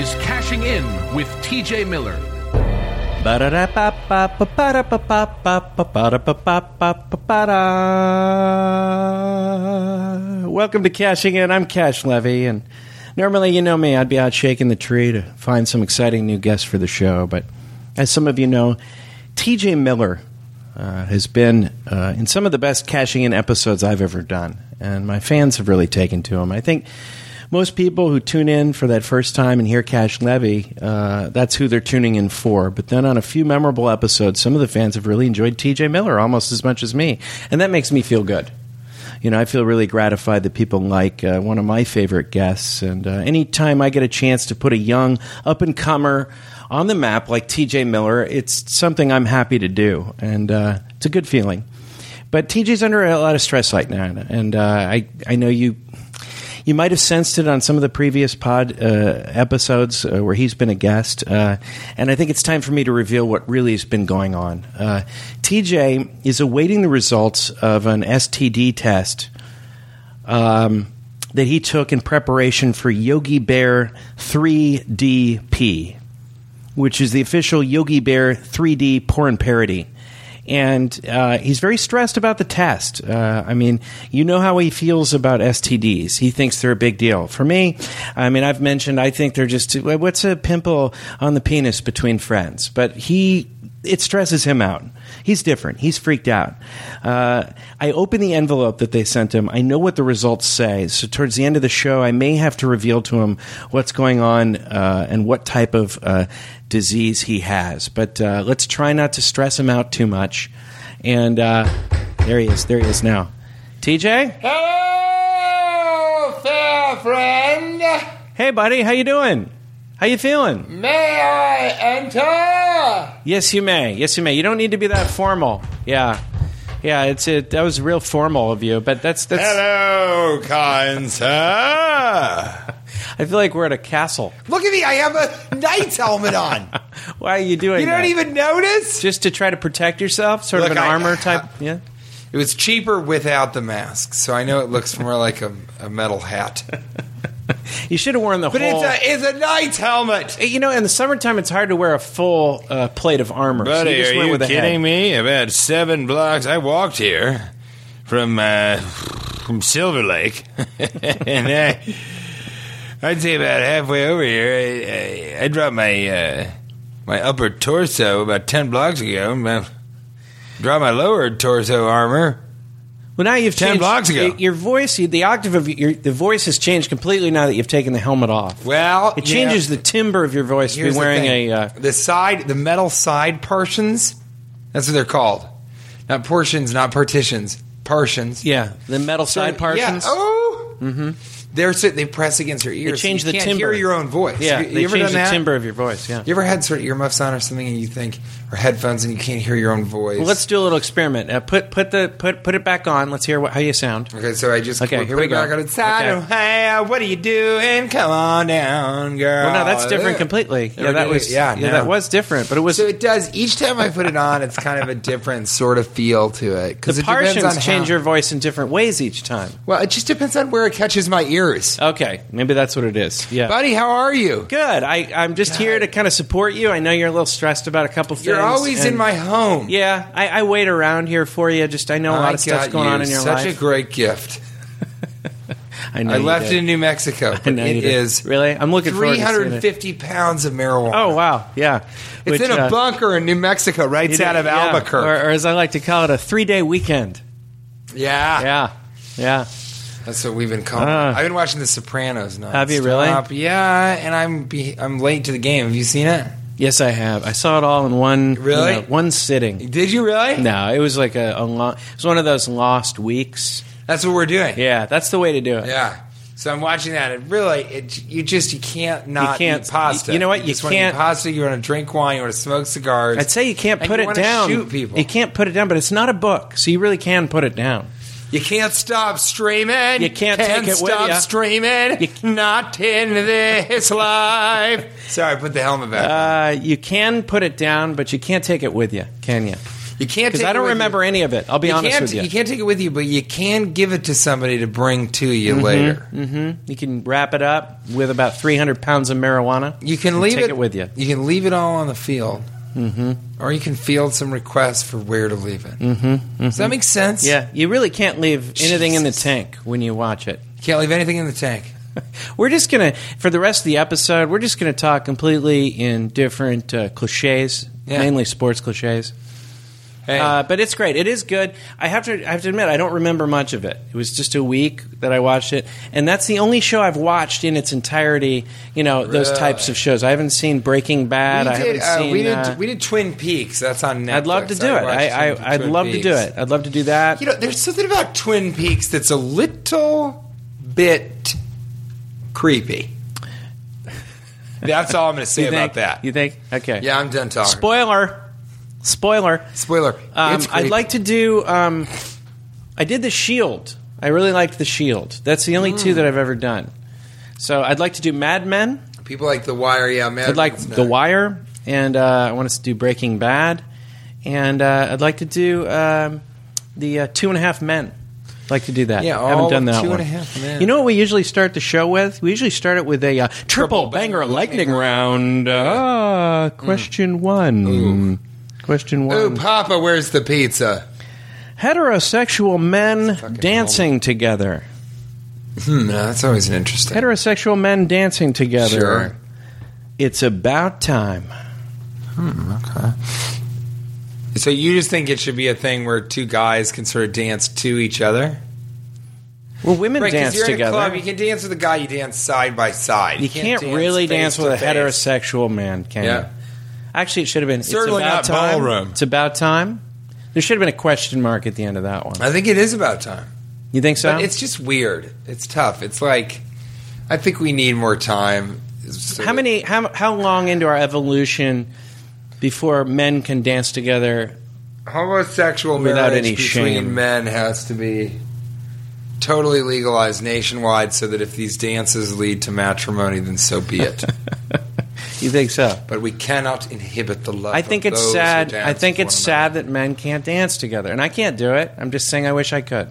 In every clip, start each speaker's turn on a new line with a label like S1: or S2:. S1: is Cashing In with TJ Miller.
S2: Welcome to Cashing In. I'm Cash Levy, and normally you know me, I'd be out shaking the tree to find some exciting new guests for the show. But as some of you know, TJ Miller uh, has been uh, in some of the best Cashing In episodes I've ever done, and my fans have really taken to him. I think most people who tune in for that first time and hear Cash Levy, uh, that's who they're tuning in for. But then on a few memorable episodes, some of the fans have really enjoyed TJ Miller almost as much as me. And that makes me feel good. You know, I feel really gratified that people like uh, one of my favorite guests. And uh, anytime I get a chance to put a young up and comer on the map like TJ Miller, it's something I'm happy to do. And uh, it's a good feeling. But TJ's under a lot of stress right now. And uh, I, I know you you might have sensed it on some of the previous pod uh, episodes uh, where he's been a guest. Uh, and I think it's time for me to reveal what really has been going on. Uh, TJ is awaiting the results of an STD test um, that he took in preparation for Yogi Bear 3DP, which is the official Yogi Bear 3D porn parody. And uh, he's very stressed about the test. Uh, I mean, you know how he feels about STDs. He thinks they're a big deal. For me, I mean, I've mentioned I think they're just what's a pimple on the penis between friends. But he, it stresses him out. He's different. He's freaked out. Uh, I open the envelope that they sent him. I know what the results say. So towards the end of the show, I may have to reveal to him what's going on uh, and what type of uh, disease he has. But uh, let's try not to stress him out too much. And uh, there he is. There he is now. TJ.
S3: Hello, fair friend.
S2: Hey, buddy. How you doing? How you feeling?
S3: May I enter?
S2: Yes, you may. Yes, you may. You don't need to be that formal. Yeah. Yeah, it's it. That was real formal of you, but that's that's.
S3: Hello, kind sir.
S2: I feel like we're at a castle.
S3: Look at me. I have a knight's helmet on.
S2: Why are you doing?
S3: You
S2: that?
S3: don't even notice?
S2: just to try to protect yourself, sort
S3: Look,
S2: of an
S3: I-
S2: armor type. yeah.
S3: It was cheaper without the mask, so I know it looks more like a, a metal hat.
S2: You should have worn the
S3: But
S2: whole.
S3: it's uh, a, it's a knight's helmet.
S2: you know, in the summertime, it's hard to wear a full uh, plate of armor. so
S4: Buddy,
S2: you just
S4: are
S2: went
S4: you
S2: with a
S4: kidding
S2: head.
S4: me? I've had seven blocks. I walked here from uh, from Silver Lake, and I, I'd say about halfway over here, I, I, I dropped my uh, my upper torso about ten blocks ago. And I dropped my lower torso armor.
S2: Well, now you've
S4: Ten
S2: changed
S4: blocks ago.
S2: y- Your voice, you- the octave of your the voice has changed completely now that you've taken the helmet off.
S3: Well,
S2: it changes the timbre of your voice to be wearing
S3: the
S2: a. Uh,
S3: the side the metal side portions. That's what they're called, not portions, not partitions, partitions.
S2: yeah, the metal side
S3: Yeah.
S2: partitions.
S3: Oh. They're so, they press against your
S2: They
S3: ears.
S2: change
S3: you
S2: the
S3: can't
S2: timbre.
S3: hear your own voice.
S2: Yeah,
S3: you, you
S2: they
S3: ever
S2: change
S3: done
S2: the
S3: that?
S2: timbre of your voice. Yeah.
S3: You ever had sort of earmuffs on or something, and you think, or headphones, and you can't hear your own voice?
S2: Well, let's do a little experiment. Uh, put put the put put it back on. Let's hear what, how you sound.
S3: Okay, so I just
S2: Okay,
S3: put
S2: here we
S3: it back
S2: go.
S3: on its side.
S2: Okay.
S3: Hey, uh, what are you doing? Come on down, girl.
S2: Well, no, that's different
S3: Oh, Yeah.
S2: completely.
S3: There
S2: Yeah,
S3: we
S2: that
S3: go.
S2: was
S3: yeah,
S2: yeah,
S3: no.
S2: that was different, but it was
S3: So it does. Each time I put it on, it's kind of a different sort of feel to it.
S2: the
S3: it depends
S2: partitions
S3: on
S2: change
S3: how-
S2: your voice in different ways each time.
S3: Well, it just depends on where it catches my ears.
S2: Okay, maybe that's what it is. Yeah.
S3: Buddy, how are you?
S2: Good. I I'm just here to kind of support you. I know you're a little stressed about a couple things.
S3: You're always in
S2: and-
S3: my home.
S2: Yeah, I, I wait around here for you. Just I know a lot
S3: I
S2: of stuff's
S3: got
S2: going
S3: you
S2: on in your
S3: such
S2: life.
S3: a great gift.
S2: I know
S3: I
S2: you
S3: left it
S2: did.
S3: in New Mexico.
S2: I
S3: but
S2: know you
S3: it
S2: did.
S3: is
S2: really. I'm looking forward to seeing it.
S3: 350 pounds of marijuana.
S2: Oh wow, yeah. uh,
S3: It's in a bunker in New Mexico, right out of Albuquerque.
S2: or, or as I like to call it, a three day weekend.
S3: yeah.
S2: Yeah, yeah.
S3: that's what we've been calling. it.
S2: Uh.
S3: I've been watching The Sopranos now.
S2: Have you really?
S3: Yeah, and I'm be- I'm late to the game. Have you seen it?
S2: Yes, I have. I saw it all in one you
S3: Really?
S2: know, one sitting.
S3: Did you really?
S2: No, it was like a, a lo- it was one of those lost weeks.
S3: That's what we're doing.
S2: Yeah, that's the way to do it.
S3: Yeah. So I'm watching that. It really, it, you just you can't not
S2: can't-
S3: eat pasta.
S2: you know what? You
S3: just want to eat
S2: can't-
S3: pasta. You want to drink wine. You want to smoke cigars.
S2: I'd say you can't
S3: And
S2: put
S3: you
S2: it
S3: wanna
S2: down.
S3: shoot people.
S2: You can't put it down, but it's not a book, so you really can put it down.
S3: you can't stop streaming.
S2: You can't take it with
S3: stop
S2: ya.
S3: streaming.
S2: You-
S3: not in this life. Sorry, I put the helmet back.
S2: Uh, you can put it down, but you can't take it with you, can you?
S3: you can't
S2: Because
S3: take
S2: I
S3: it
S2: don't
S3: with
S2: remember
S3: you.
S2: any of it. I'll be
S3: you
S2: honest
S3: can't,
S2: with you.
S3: You can't take it with you, but you can give it to somebody to bring to you
S2: Mm-hmm.
S3: later.
S2: You can wrap it up with about 300 pounds of marijuana.
S3: You can leave
S2: take it with you.
S3: You can leave it all on the field, mm-hmm. or you can field some requests for where to leave it. Mm-hmm. Does that make sense?
S2: Yeah, you really can't leave anything in the tank when you watch it.
S3: Can't leave anything in the tank.
S2: We're just going to, for the rest of the episode, we're just going to talk completely in different uh, cliches,
S3: Yeah.
S2: mainly sports cliches.
S3: Hey,
S2: Uh, but it's great. It is good. I have to. I have to admit, I don't remember much of it. It was just a week that I watched it, and that's the only show I've watched in its entirety. You know, those
S3: Really?
S2: types of shows. I haven't seen Breaking
S3: we
S2: Bad. I
S3: did.
S2: haven't
S3: Uh,
S2: seen.
S3: we did.
S2: uh,
S3: we did Twin Peaks. That's on Netflix.
S2: I'd love to do it.
S3: watched
S2: I,
S3: Twin-
S2: I, I'd
S3: Twin
S2: love to do
S3: Peaks.
S2: it. I'd love to do that.
S3: You know, there's something about Twin Peaks that's a little bit creepy. That's all I'm going to say
S2: You think?
S3: about that.
S2: You think? Okay.
S3: yeah, I'm done talking.
S2: Spoiler. Spoiler.
S3: Spoiler.
S2: Um,
S3: It's
S2: I'd
S3: creepy.
S2: like to do. Um, I did the Shield. I really liked the Shield. That's the only two that I've ever done. So I'd like to do Mad Men.
S3: people like The Wire. Yeah, man.
S2: I'd like The Wire, and uh, I want us to do Breaking Bad, and uh, I'd like to do um, the uh, Two and a Half Men. I'd like to do that.
S3: Yeah,
S2: I haven't
S3: all
S2: done
S3: of
S2: that
S3: Two
S2: one.
S3: and a Half Men.
S2: You know what we usually start the show with? We usually start it with a uh, triple, banger, lightning round. Uh, question one. Question one.
S3: Mm. Ooh, Papa, where's the pizza?
S2: Heterosexual men
S3: fucking
S2: dancing together.
S3: Hmm, no, that's always an interesting.
S2: Heterosexual men dancing together.
S3: Sure.
S2: It's about time.
S3: So you just think it should be a thing where two guys can sort of dance to each other?
S2: Well, women
S3: Right, 'cause
S2: dance
S3: you're
S2: together.
S3: in a club, you can dance with a guy, you dance side by side.
S2: You can't, really dance
S3: face
S2: with
S3: to
S2: a
S3: face.
S2: heterosexual man, can
S3: Yeah.
S2: you? Actually, it should have been. It's
S3: Certainly
S2: about
S3: not
S2: time.
S3: ballroom.
S2: It's about time. There should have been a question mark at the end of that one.
S3: I think it is about time.
S2: You think so?
S3: But it's just weird. It's tough. It's like, I think we need more time. So
S2: how many? How how long into our evolution before men can dance together?
S3: homosexual
S2: Without
S3: marriage
S2: any
S3: between
S2: shame.
S3: men has to be totally legalized nationwide so that if these dances lead to matrimony, then so be it.
S2: You think so?
S3: but we cannot inhibit the love.
S2: I think
S3: of those
S2: it's
S3: who
S2: sad.
S3: dance
S2: I think
S3: with
S2: it's
S3: one
S2: sad
S3: another.
S2: that men can't dance together, and I can't do it. I'm just saying. I wish I could.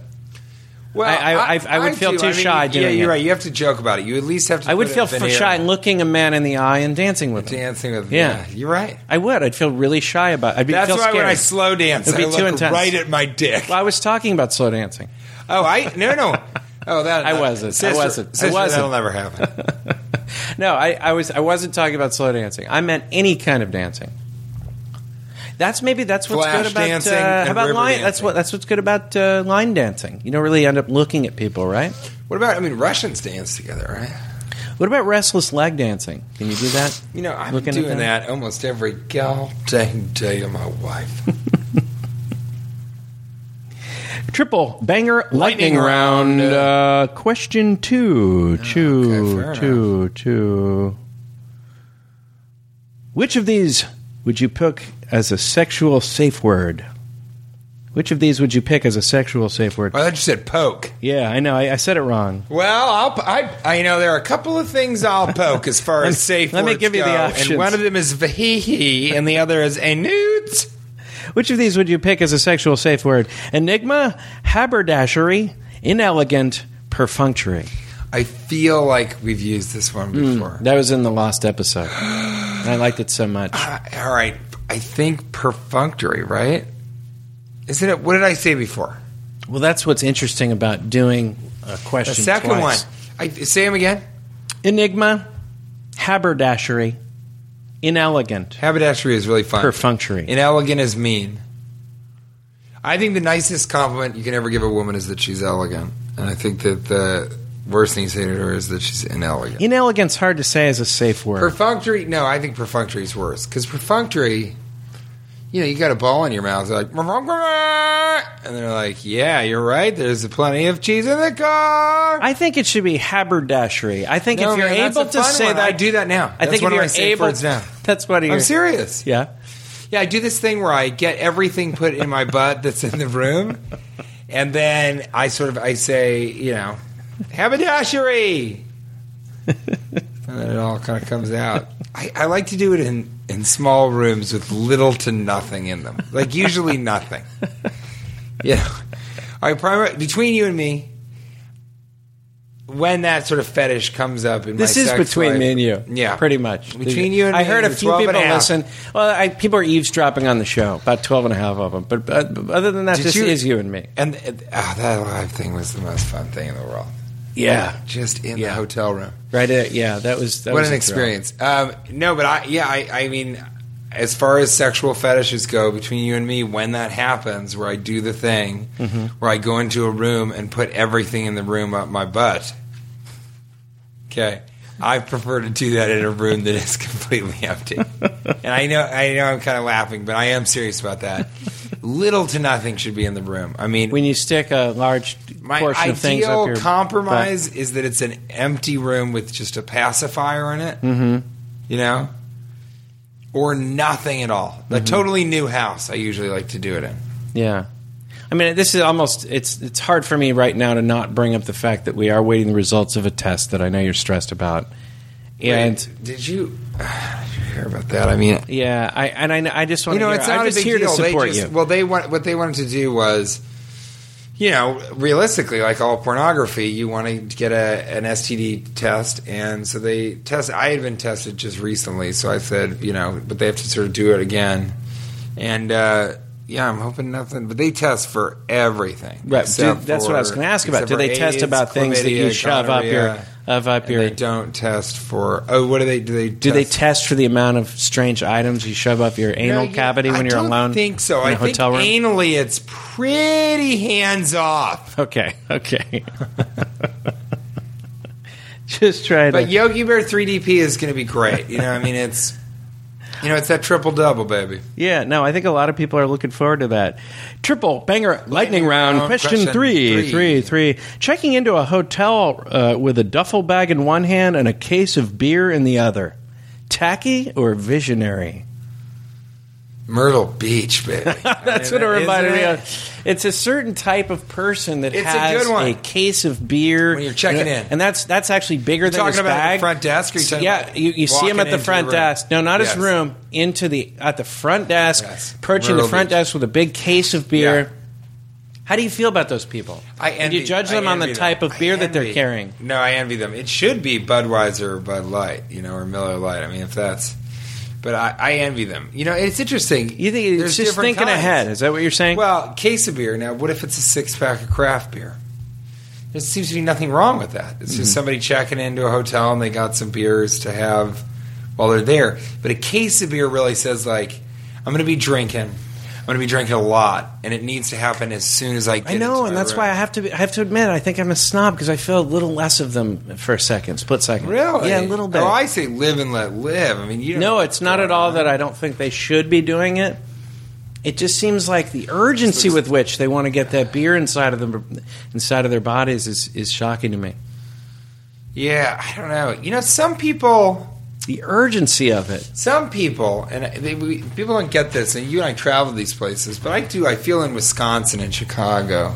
S2: I- I- I- I would feel
S3: do.
S2: too shy
S3: Yeah,
S2: doing
S3: you're
S2: it.
S3: right. You have to joke about it. You at least have to.
S2: I would
S3: put
S2: feel
S3: a
S2: f-
S3: veneer
S2: shy
S3: on it.
S2: looking a man in the eye and dancing with him.
S3: dancing with.
S2: Yeah.
S3: Yeah, you're right.
S2: I would. I'd feel really shy about. I'd be
S3: That's
S2: feel
S3: why
S2: scared.
S3: when I slow dance,
S2: It'd be
S3: I
S2: too
S3: look
S2: intense.
S3: right at my dick.
S2: Well, I was talking about slow dancing.
S3: Oh, I no no. Oh, that
S2: I wasn't. I
S3: Sister,
S2: wasn't. I
S3: Sister,
S2: wasn't.
S3: That'll never happen.
S2: No, I, I was I wasn't talking about slow dancing. I meant any kind of dancing. That's maybe that's what's
S3: Flash
S2: good about
S3: dancing
S2: uh,
S3: and
S2: how about
S3: river
S2: line. That's
S3: dancing.
S2: what that's what's good about uh, line dancing. You don't really end up looking at people, right?
S3: What about? I mean, Russians dance together, right?
S2: What about restless leg dancing? Can you do that?
S3: You know, I'm
S2: Looking at
S3: doing
S2: them.
S3: that almost every goddamn day of my life.
S2: triple banger lightning,
S3: Lightning
S2: round. Uh, question two, two,
S3: okay, fair
S2: two, two. Which of these would you pick as a sexual safe word? Which of these would you pick as a sexual safe word?
S3: I thought you said poke.
S2: Yeah, I know. I, I said it wrong.
S3: Well, I'll, p- I, I you know there are a couple of things I'll poke as far as safe.
S2: Let me
S3: words
S2: give you the
S3: go,
S2: options.
S3: And one of them is vahihi, and the other is a nudes.
S2: Which of these would you pick as a sexual safe word? Enigma, haberdashery, inelegant, perfunctory.
S3: I feel like we've used this one
S2: Hmm.
S3: before.
S2: That was in the last episode. And I liked it so much.
S3: I- all right, I think perfunctory, right? Isn't it? What did I say before?
S2: Well, that's what's interesting about doing a
S3: The
S2: question.
S3: second
S2: twice.
S3: one. I say them again.
S2: Enigma, haberdashery, inelegant,
S3: Haberdashery is really fun.
S2: perfunctory.
S3: Inelegant is mean. I think the nicest compliment you can ever give a woman is that she's elegant, and I think that the worst thing you say to her is that she's inelegant.
S2: Inelegant's hard to say as a safe word.
S3: Perfunctory? No, I think perfunctory is worse because perfunctory, you know, you got a ball in your mouth. They're like, "Perfunctory!" and they're like, "Yeah, you're right. There's plenty of cheese in the car."
S2: I think it should be haberdashery. I think
S3: No,
S2: if you're
S3: man, that's
S2: able
S3: a
S2: to
S3: fun
S2: say
S3: one.
S2: that,
S3: I do that now.
S2: I
S3: That's
S2: think
S3: one of my
S2: if you're
S3: safe
S2: able,
S3: words now.
S2: that's what you're.
S3: I'm serious.
S2: Yeah.
S3: Yeah, I do this thing where I get everything put in my butt that's in the room, and then I sort of I say, you know, haberdashery, and then it all kind of comes out. I, I like to do it in in small rooms with little to nothing in them, like usually nothing. Yeah, I primar- between you and me. When that sort of fetish comes up in
S2: This
S3: my
S2: is
S3: sex
S2: between
S3: life-
S2: me and you.
S3: yeah,
S2: Pretty much.
S3: between you and
S2: I
S3: me,
S2: heard a
S3: it's
S2: few
S3: 12
S2: people
S3: and a half.
S2: listen. Well, I, people are eavesdropping on the show, about 12 and a half of them. But, but other than that,
S3: Did
S2: this
S3: you-
S2: is you and me.
S3: And and- ah, that live thing was the most fun thing in the world.
S2: Yeah.
S3: just in
S2: Yeah.
S3: the hotel room.
S2: Right. uh, yeah, that was that
S3: what
S2: was
S3: an
S2: a thrill.
S3: experience. Um, no, but I yeah, I, I mean, as far as sexual fetishes go, between you and me, when that happens, where I do the thing,
S2: Mm-hmm.
S3: where I go into a room and put everything in the room up my butt. Okay. I prefer to do that in a room that is completely empty. and I know I know I'm kind of laughing, but I am serious about that. Little to nothing should be in the room. I mean,
S2: When you stick a large
S3: My
S2: portion
S3: ideal
S2: of things up your
S3: compromise is that it's an empty room with just a pacifier in it. Mm-hmm. You know? Or nothing at all. A
S2: Mm-hmm.
S3: totally new house I usually like to do it in.
S2: butt. Yeah. I mean, this is almost it's it's hard for me right now to not bring up the fact that we are waiting the results of a test that I know you're stressed about. And
S3: Wait, did you, did you hear about that? I mean,
S2: yeah, I and I, I just want
S3: you know,
S2: to
S3: it's not
S2: I'm
S3: a
S2: just
S3: big
S2: here
S3: deal.
S2: to
S3: They
S2: support you.
S3: just- Well, they want what they wanted to do was, you know, realistically, like all pornography, you want to get a, an STD test, and so they test. I had been tested just recently, so I said, you know, but they have to sort of do it again, and. uh yeah, I'm hoping nothing. But they test for everything.
S2: Right. Do,
S3: except
S2: that's what I was
S3: for-
S2: going to ask about.
S3: except
S2: Do
S3: for
S2: they test
S3: AIDS,
S2: about things that you
S3: chlamydia,
S2: shove up your
S3: gonorrhea,
S2: of up
S3: and
S2: your?
S3: They don't test for. Oh, what do they? Do they?
S2: Do they test for the amount of strange items you shove up your
S3: No,
S2: anal
S3: you-
S2: cavity when
S3: I
S2: you're
S3: don't
S2: alone?
S3: think so.
S2: In a
S3: I think
S2: hotel room.
S3: anally, it's pretty hands off.
S2: Okay, okay. Just try to.
S3: But Yogi Bear 3DP is going to be great. You know, I mean, it's you know, it's that triple double, baby.
S2: yeah, no, I think a lot of people are looking forward to that. Triple banger lightning round.
S3: round,
S2: question
S3: question
S2: three, three,
S3: three.
S2: three. Checking into a hotel uh, with a duffel bag in one hand and a case of beer in the other. Tacky or visionary?
S3: Myrtle Beach, baby.
S2: That's what it reminded me of. It's a certain type of person that
S3: It's a
S2: has
S3: good one.
S2: case of beer
S3: When you're checking
S2: and,
S3: in.
S2: and that's that's actually bigger than
S3: talking
S2: his
S3: about at the
S2: bag.
S3: front desk or you're talking
S2: yeah,
S3: about
S2: you, you see him
S3: walking
S2: at the
S3: into
S2: front
S3: the room?
S2: desk. No, not
S3: Yes.
S2: his room. Into the at the front desk,
S3: Yes.
S2: approaching the
S3: Rural
S2: front
S3: beach.
S2: desk with a big case of beer.
S3: Yeah.
S2: How do you feel about those people?
S3: I
S2: And
S3: envy,
S2: you judge
S3: I
S2: them on the
S3: envy them.
S2: type of
S3: I
S2: beer that they're
S3: envy-
S2: carrying.
S3: No, I envy them. It should be Budweiser or Bud Light, you know, or Miller Light. I mean, if that's. But I, I envy them. You know, it's interesting.
S2: You think
S3: There's
S2: it's just
S3: different
S2: thinking
S3: kinds.
S2: ahead? Is that what you're saying?
S3: Well, case of beer. Now, what if it's a six pack of craft beer? There seems to be nothing wrong with that. It's
S2: Mm-hmm.
S3: just somebody checking into a hotel and they got some beers to have while they're there. But a case of beer really says like, I'm going to be drinking. I'm going to be drinking a lot, and it needs to happen as soon as I. Get
S2: I know,
S3: into
S2: and
S3: my
S2: that's
S3: room.
S2: why I have to. Be, I have to admit, I think I'm a snob because I feel a little less of them for a second, split second.
S3: Really?
S2: Yeah, a little bit.
S3: Oh, I say live and let live. I mean, you don't
S2: No, it's not at all that I don't think they should be doing it. It just seems like the urgency with which they want to get that beer inside of them, inside of their bodies, is is shocking to me.
S3: Yeah, I don't know. You know, some people,
S2: The urgency of it.
S3: some people, and they, we, people don't get this. And you and I travel these places, but I do. I feel in Wisconsin and Chicago,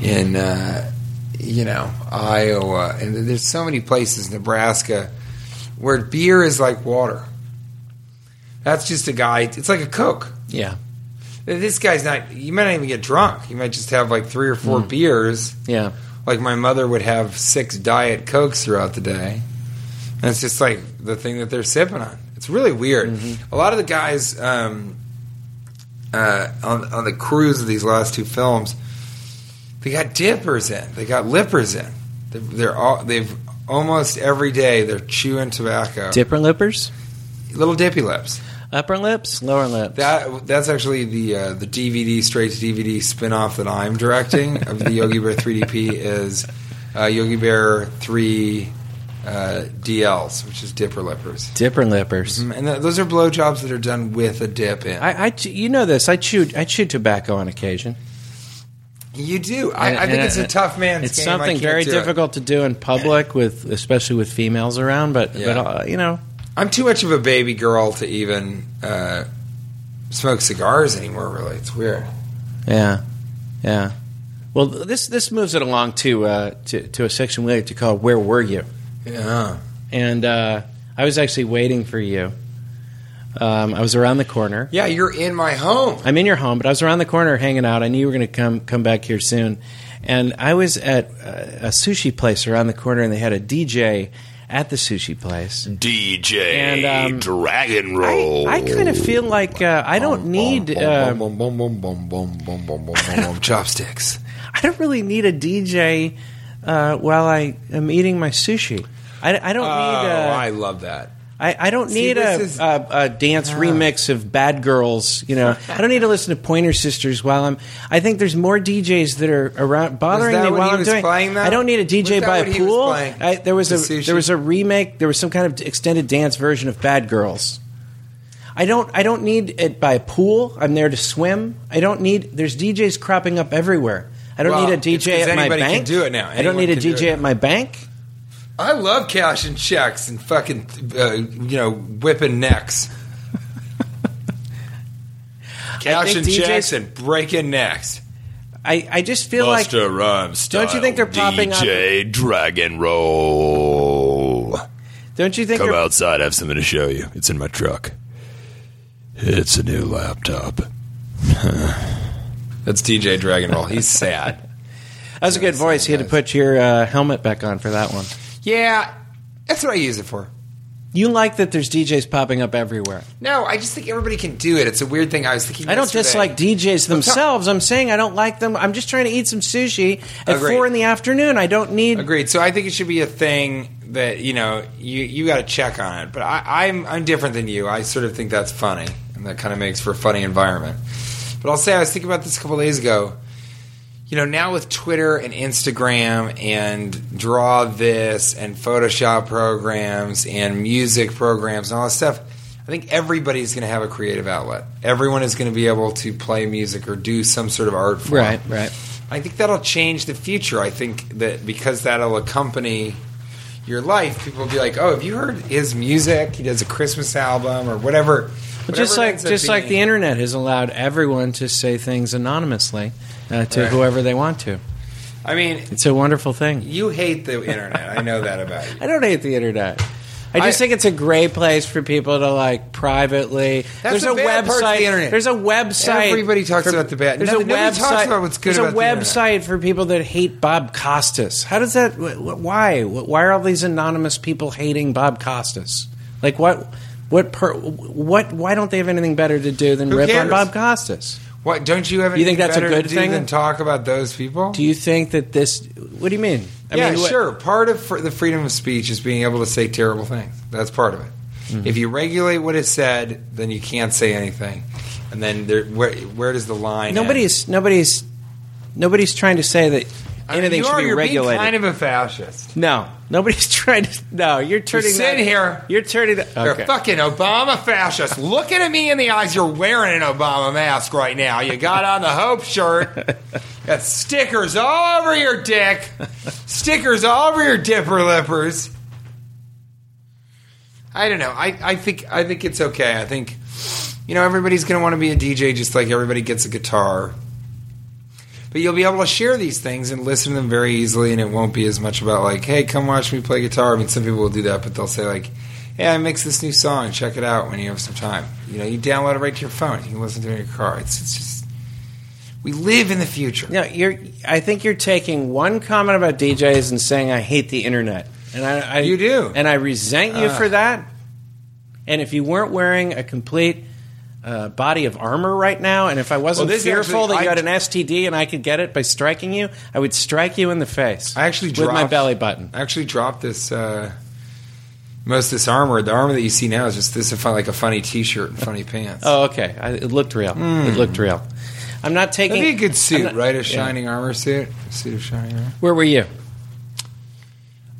S3: in uh, you know Iowa, and there's so many places, Nebraska, where beer is like water. That's just a guy. It's like a Coke.
S2: Yeah,
S3: This guy's not. You might not even get drunk. You might just have like three or four beers.
S2: yeah.
S3: like my mother would have six diet cokes throughout the day and it's just like the thing that they're sipping on it's really weird a lot of the guys um, uh, on, on the cruise of these last two films they got dippers in they got lippers in they're, they're all they've almost every day they're chewing tobacco
S2: Dipper lippers,
S3: little dippy lips
S2: upper lips, lower lips.
S3: that that's actually the uh, the DVD straight to DVD spin off that I'm directing of the Yogi Bear 3DP is uh, Yogi Bear three uh, DLs, which is dipper lippers,
S2: Dipper lippers.
S3: and th- those are blowjobs that are done with a dip in.
S2: I, I, che- you know this. I chew, I chew tobacco on occasion.
S3: you do. I,
S2: And-
S3: I think
S2: and
S3: it's a tough man's
S2: It's
S3: game. I
S2: something
S3: can't
S2: very
S3: do it.
S2: difficult to do in public with, especially with females around. But,
S3: Yeah.
S2: but uh, you know,
S3: I'm too much of a baby girl to even uh, smoke cigars anymore. Really, it's weird.
S2: yeah, yeah. Well, th- this this moves it along to uh, to, to a section we like to call "Where Were You."
S3: Yeah.
S2: And uh, I was actually waiting for you. Um, I was around the corner.
S3: Yeah, you're in my home.
S2: I'm in your home, but I was around the corner hanging out. I knew you were going to come come back here soon, and I was at uh, a sushi place around the corner, and they had a DJ at the sushi place.
S4: DJ
S2: And, um,
S4: Dragon
S2: I,
S4: Roll.
S2: I kind of feel like uh, I don't need um,
S3: Boom, boom, boom, boom, boom, boom, boom, boom, boom, boom, chopsticks.
S2: I don't really need a DJ uh, while I am eating my sushi. I, I don't
S3: Oh,
S2: need uh,
S3: I
S2: a,
S3: love that.
S2: I, I don't
S3: See,
S2: need
S3: this
S2: a,
S3: is-
S2: a, a dance remix of Bad Girls. You know, I don't need to listen to Pointer Sisters while I'm. I think there's more DJs that are around bothering
S3: that
S2: me
S3: what
S2: while
S3: he
S2: I'm
S3: was
S2: doing.
S3: playing, though?
S2: I don't need a DJ
S3: Was that
S2: by
S3: what
S2: a
S3: he was
S2: pool.
S3: playing?
S2: I, there was
S3: The
S2: a
S3: sushi?
S2: there was a remake. There was some kind of extended dance version of Bad Girls. I don't. I don't need it by a pool. I'm there to swim. I don't need. There's DJs cropping up everywhere. I don't
S3: Well,
S2: need a
S3: it's 'cause
S2: DJ at my
S3: anybody
S2: bank.
S3: can do it now.
S2: I don't
S3: Anyone
S2: need a
S3: can do it
S2: DJ at my bank.
S3: I love cash and checks and fucking, uh, you know, whipping necks.
S2: I
S3: cash
S2: think
S3: and
S2: DJs
S3: checks and breaking necks.
S2: I, I just feel like
S4: Buster Rhymes.
S2: Don't you think
S4: style
S2: they're popping up-
S4: DJ Dragon Roll.
S2: don't you think
S4: Come
S2: they're-
S4: outside. I have something to show you. It's in my truck. It's a new laptop.
S3: That's DJ Dragon Roll. He's sad.
S2: that was a good voice? You had to put your uh, helmet back on for that one.
S3: yeah, that's what I use it for.
S2: You like that there's DJs popping up everywhere.
S3: No, I just think everybody can do it. It's a weird thing. I was thinking.
S2: I don't
S3: yesterday.
S2: dislike DJs themselves. I'm saying I don't like them. I'm just trying to eat some sushi at
S3: Agreed.
S2: four in the afternoon. I don't need.
S3: Agreed. So I think it should be a thing that you know you you got to check on it. But I, I'm I'm different than you. I sort of think that's funny, and that kind of makes for a funny environment. But I'll say I was thinking about this a couple days ago. You know, now with Twitter and Instagram and draw this and Photoshop programs and music programs and all that stuff, I think everybody's going to have a creative outlet. Everyone is going to be able to play music or do some sort of art form.
S2: Right, right.
S3: I think that'll change the future. I think that because that'll accompany your life, people will be like, "Oh, have you heard his music? He does a Christmas album or whatever."
S2: But just
S3: whatever it
S2: like
S3: ends up
S2: just like the
S3: being.
S2: internet has allowed everyone to say things anonymously uh, to
S3: Right.
S2: whoever they want to.
S3: I mean,
S2: It's a wonderful thing.
S3: you hate the internet. I know that about you.
S2: I don't hate the internet. I just
S3: I-
S2: think it's a great place for people to like privately. there's
S3: That's the
S2: a
S3: bad
S2: website.
S3: part of the internet.
S2: There's a website.
S3: Everybody talks
S2: for-
S3: about the bad.
S2: There's
S3: No-
S2: a
S3: nobody
S2: website.
S3: talks about what's good
S2: There's a
S3: about the internet.
S2: website for people that hate Bob Costas. How does that? wh- wh- Why? Wh- Why are all these anonymous people hating Bob Costas? Like what? What? Per, what? Why don't they have anything better to do than
S3: Who
S2: rip on
S3: cares?
S2: Bob Costas?
S3: What don't you have?
S2: You think
S3: anything
S2: that's a
S3: better
S2: good
S3: to do
S2: thing?
S3: Than talk about those people?
S2: Do you think that this? What do you mean? I
S3: yeah,
S2: mean, what-
S3: sure. Part of fr- the freedom of speech is being able to say terrible things. That's part of it.
S2: Mm-hmm.
S3: If you regulate what is said, then you can't say anything. And then there, where, where does the line? end?
S2: Nobody's nobody's nobody's trying to say that
S3: I mean,
S2: anything
S3: you
S2: should
S3: are,
S2: be
S3: you're
S2: regulated.
S3: Being kind of a fascist.
S2: no, nobody's trying to. No, you're turning.
S3: sitting
S2: that-
S3: here.
S2: You're turning. that-
S3: You're
S2: okay.
S3: a fucking Obama fascist. Looking at me in the eyes, you're wearing an Obama mask right now. You got on the Hope shirt. Got stickers all over your dick. Stickers all over your dipper lippers. I don't know. I, I think I think it's okay. I think you know everybody's gonna want to be a DJ just like everybody gets a guitar. But you'll be able to share these things and listen to them very easily, and it won't be as much about like, "Hey, come watch me play guitar." I mean, some people will do that, but they'll say like, "Hey, I mixed this new song. Check it out when you have some time." You know, you download it right to your phone. You can listen to it in your car. It's, it's just we live in the future.
S2: No, you're. I think you're taking one comment about DJs and saying I hate the internet, and I, I
S3: You do.
S2: and I resent you for that. And if you weren't wearing a complete uh, body of armor right now, and if I wasn't
S3: Well, this
S2: fearful
S3: actually-
S2: that you
S3: I-
S2: had an STD and I could get it by striking you, I would strike you in the face.
S3: I actually
S2: with
S3: dropped,
S2: my belly button.
S3: I actually dropped this uh, most of this armor. The armor that you see now is just this is fun, like a funny T-shirt and funny pants.
S2: Oh, okay. I, it looked real. It looked real. I'm not taking.
S3: Hmm. That'd be a good
S2: I'm
S3: suit,
S2: not-
S3: right?
S2: yeah.
S3: A shining armor suit, a suit of shining armor.
S2: Where were you?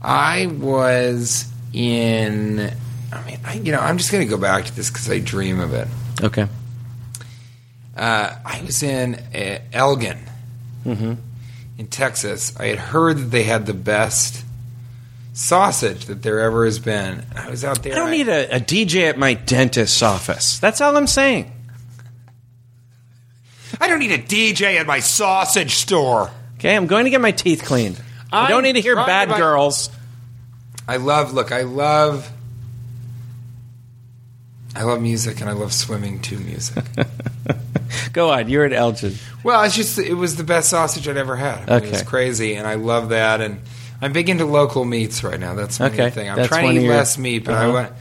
S3: I was in. I mean, I, you know, I'm just going to go back to this because I dream of it.
S2: Okay.
S3: Uh, I was in uh, Elgin, in Texas. I had heard that they had the best sausage that there ever has been. And I was out there.
S2: I don't
S3: and
S2: need a, a DJ at my dentist's office. That's all I'm saying.
S3: I don't need a DJ at my sausage store.
S2: Okay, I'm going to get my teeth cleaned. I'm I do
S3: I'm
S2: not need to hear
S3: trying
S2: bad
S3: to buy-
S2: girls.
S3: I love look, I love I love music and I love swimming to music.
S2: Go on, you're at Elgin.
S3: well, it's just it was the best sausage I'd ever had. I mean, It was
S2: Okay.
S3: crazy and I love that and I'm big into local meats right now. That's my new
S2: Okay,
S3: thing. I'm
S2: that's
S3: trying
S2: one
S3: to
S2: of
S3: eat
S2: your-
S3: less meat, but I
S2: Uh-huh.
S3: want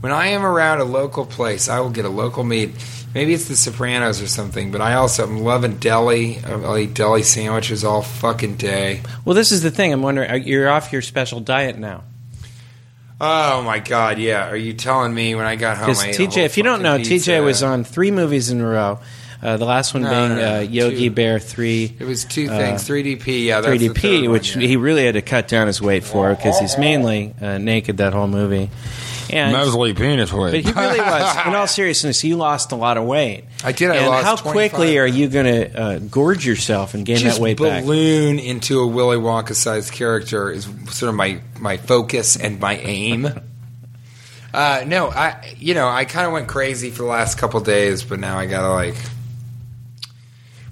S3: when I am around a local place, I will get a local meat. Maybe it's the Sopranos or something, but I also am loving deli. I'll eat deli sandwiches all fucking day.
S2: Well, this is the thing. I'm wondering, are- you're off your special diet now.
S3: Oh my god, yeah. Are you telling me when I got home?
S2: Because
S3: Oh, I ate a
S2: TJ,
S3: whole
S2: if you don't
S3: fucking
S2: know,
S3: pizza?
S2: TJ was on three movies in a row. Uh, the last one
S3: No,
S2: being
S3: no, no,
S2: uh, Yogi
S3: two.
S2: Bear 3.
S3: It was two
S2: uh,
S3: things: 3DP, yeah, that's the third
S2: 3DP,
S3: one,
S2: which
S3: yeah.
S2: he really had to cut down his weight for because he's mainly uh, naked that whole movie. And
S4: penis
S2: But
S4: weight.
S2: he really was. In all seriousness, you lost a lot of weight.
S3: I did, I
S2: and
S3: lost
S2: how quickly
S3: 25.
S2: are you going to uh, gorge yourself and gain
S3: just
S2: that weight back?
S3: balloon into a Willy Wonka sized character is sort of my my focus and my aim. uh, no, I you know I kind of went crazy for the last couple days, but now I gotta like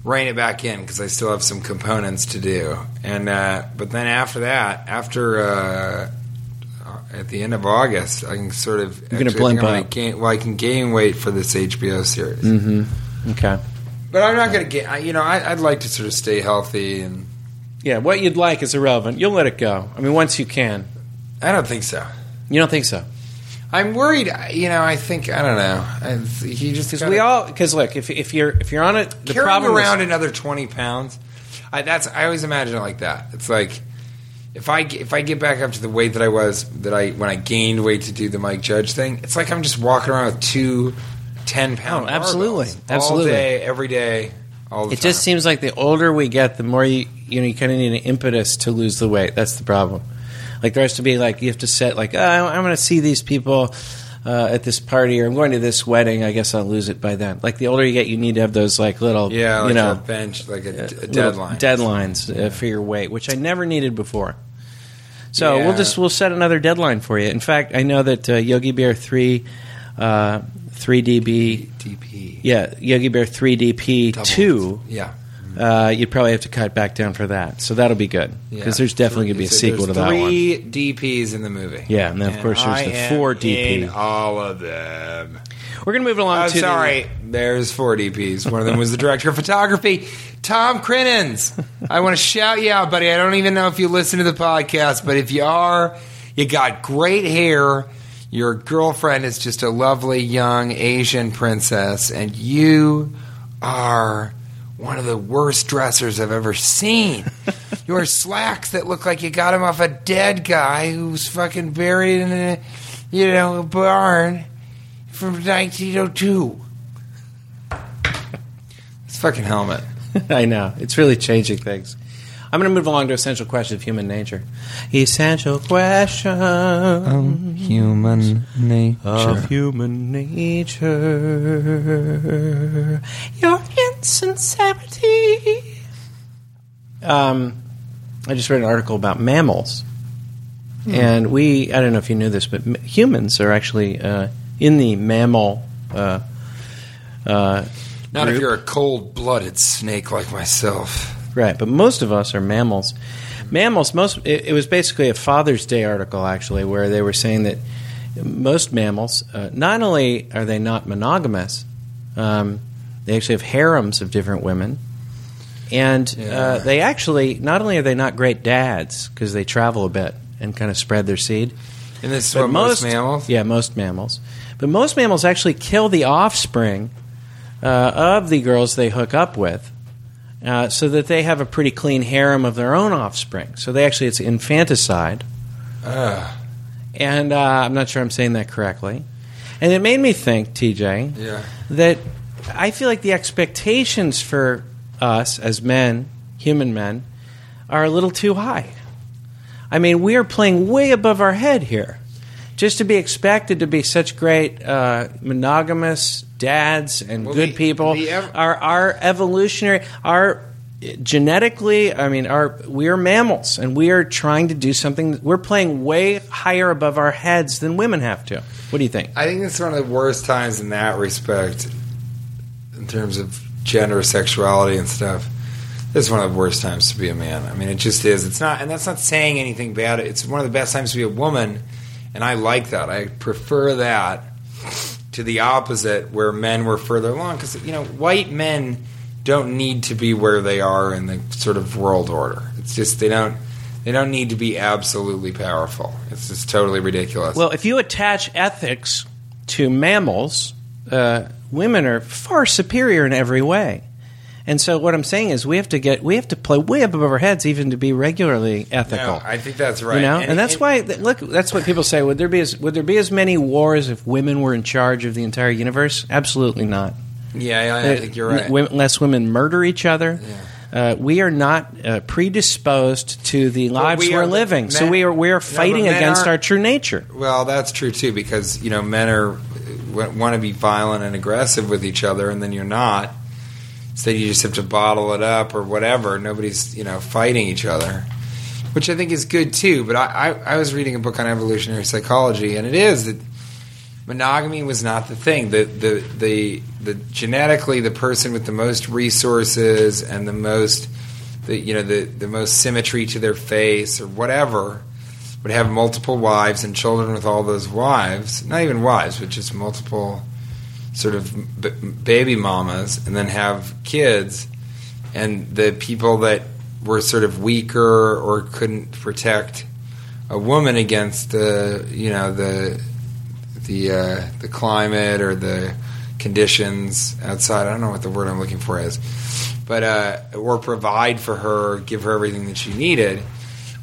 S3: rein it back in because I still have some components to do. And uh, but then after that, after. Uh, at the end of August, I can sort of.
S2: You're gonna
S3: actually, I think
S2: blimp
S3: I'm gonna
S2: up.
S3: gain- well, I can gain weight for this HBO series.
S2: Mm. Okay.
S3: But I'm not going to get. I- You know, I, I'd like to sort of stay healthy, and
S2: Yeah, what you'd like is irrelevant. You'll let it go. I mean, once you can.
S3: I don't think so.
S2: You don't think so?
S3: I'm worried. I- You know, I think I don't know. I, you just
S2: Because
S3: gotta-
S2: we all. Because look, if, if you're if you're on it, the
S3: carrying
S2: problem
S3: around
S2: Is,
S3: another 20 pounds. I, that's I always imagine it like that. It's like if I g- if I get back up to the weight that I was that I when I gained weight to do the Mike Judge thing, it's like I'm just walking around with two 10 pound
S2: Oh, absolutely.
S3: barbells
S2: Absolutely.
S3: all day every day all the
S2: it just
S3: time.
S2: seems like the older we get, the more you you know you kind of need an impetus to lose the weight. That's the problem. Like there has to be like you have to set like oh, I'm going to see these people. Uh, at this party, or I'm going to this wedding. I guess I'll lose it by then. Like the older you get, you need to have those like little,
S3: yeah like
S2: you know,
S3: a bench like a, d- a
S2: little
S3: deadline
S2: deadlines uh, for your weight, which I never needed before. So
S3: Yeah.
S2: we'll just we'll set another deadline for you. In fact, I know that uh, Yogi Bear three, uh, three DB,
S3: DP
S2: yeah, Yogi Bear three DP
S3: double.
S2: two.
S3: yeah
S2: Uh, you'd probably have to cut back down for that. So that'll be good
S3: Yeah.
S2: because there's definitely going to be a
S3: So
S2: sequel to
S3: there's
S2: that one.
S3: Three DPs in the movie.
S2: Yeah, and then, of course, there's
S3: I
S2: the
S3: am
S2: four DP.
S3: in all of them.
S2: We're going to move along.
S3: I'm
S2: to the-
S3: sorry. There's four DPs. One of them was the director of photography, Tom Crinnans. I want to shout you out, buddy. I don't even know if you listen to the podcast, but if you are, you got great hair. Your girlfriend is just a lovely young Asian princess, and you are one of the worst dressers I've ever seen. Your slacks that look like you got them off a dead guy who's fucking buried in a, you know, a barn from 1902. This fucking helmet.
S2: I know it's really changing things. I'm going to move along to essential question of human nature. Essential question
S3: Um. Human nature.
S2: of human nature. Your insincerity. Um, I just read an article about mammals, and we—I don't know if you knew this, but m- humans are actually uh, in the mammal. Uh, uh,
S3: Not if
S2: group.
S3: you're a cold blooded snake like myself.
S2: Right, but most of us are mammals. Mammals, most it, it was basically a Father's Day article actually, where they were saying that most mammals, uh, not only are they not monogamous, um, they actually have harems of different women, and uh, they actually not only are they not great dads because they travel a bit and kind of spread their seed.
S3: And this is what most, mammals.
S2: Yeah, most mammals. But most mammals actually kill the offspring uh, of the girls they hook up with, uh, so that they have a pretty clean harem of their own offspring. So they actually it's infanticide. And uh, I'm not sure I'm saying that correctly. And it made me think, TJ,
S3: Yeah.
S2: that I feel like the expectations for us as men, human men, are a little too high. I mean, we are playing way above our head here. Just to be expected to be such great uh, monogamous dads and
S3: Well,
S2: good
S3: the-
S2: people,
S3: the ev-
S2: our our evolutionary, our genetically, I mean, our we are mammals and we are trying to do something. We're playing way higher above our heads than women have to. What do you think?
S3: I think it's one of the worst times in that respect, in terms of gender, sexuality, and stuff. It's one of the worst times to be a man. I mean, it just is. It's not, and that's not saying anything bad. It's one of the best times to be a woman, and I like that. I prefer that to the opposite, where men were further along. Because you know, white men don't need to be where they are in the sort of world order. It's just they don't. They don't need to be absolutely powerful. It's just totally ridiculous.
S2: Well, if you attach ethics to mammals, uh, women are far superior in every way. And so, what I'm saying is, we have to get we have to play way above our heads, even to be regularly ethical.
S3: No, I think that's right.
S2: You know,
S3: And
S2: and, that's
S3: it-
S2: why th- look, that's what people say. Would there be as would there be as many wars if women were in charge of the entire universe? Absolutely not.
S3: Yeah, I, I think you're right.
S2: N- women- less women murder each other. Uh, we are not uh, predisposed to the lives
S3: we
S2: we are
S3: are the
S2: living, so
S3: men-
S2: we are we
S3: No,
S2: are
S3: but
S2: fighting
S3: men
S2: against
S3: aren't-
S2: our true nature.
S3: Well, that's true too because you know men are want to be violent and aggressive with each other, and then you're not. So you just have to bottle it up or whatever. Nobody's you know fighting each other, which I think is good too. But I, I, I was reading a book on evolutionary psychology, and it is that monogamy was not the thing. The, the the the genetically the person with the most resources and the most the you know the the most symmetry to their face or whatever would have multiple wives and children with all those wives, not even wives, but just multiple sort of b- baby mamas, and then have kids. And the people that were sort of weaker or couldn't protect a woman against the, you know, the the uh, the climate or the conditions outside. I don't know what the word I'm looking for is, but uh, or provide for her, give her everything that she needed,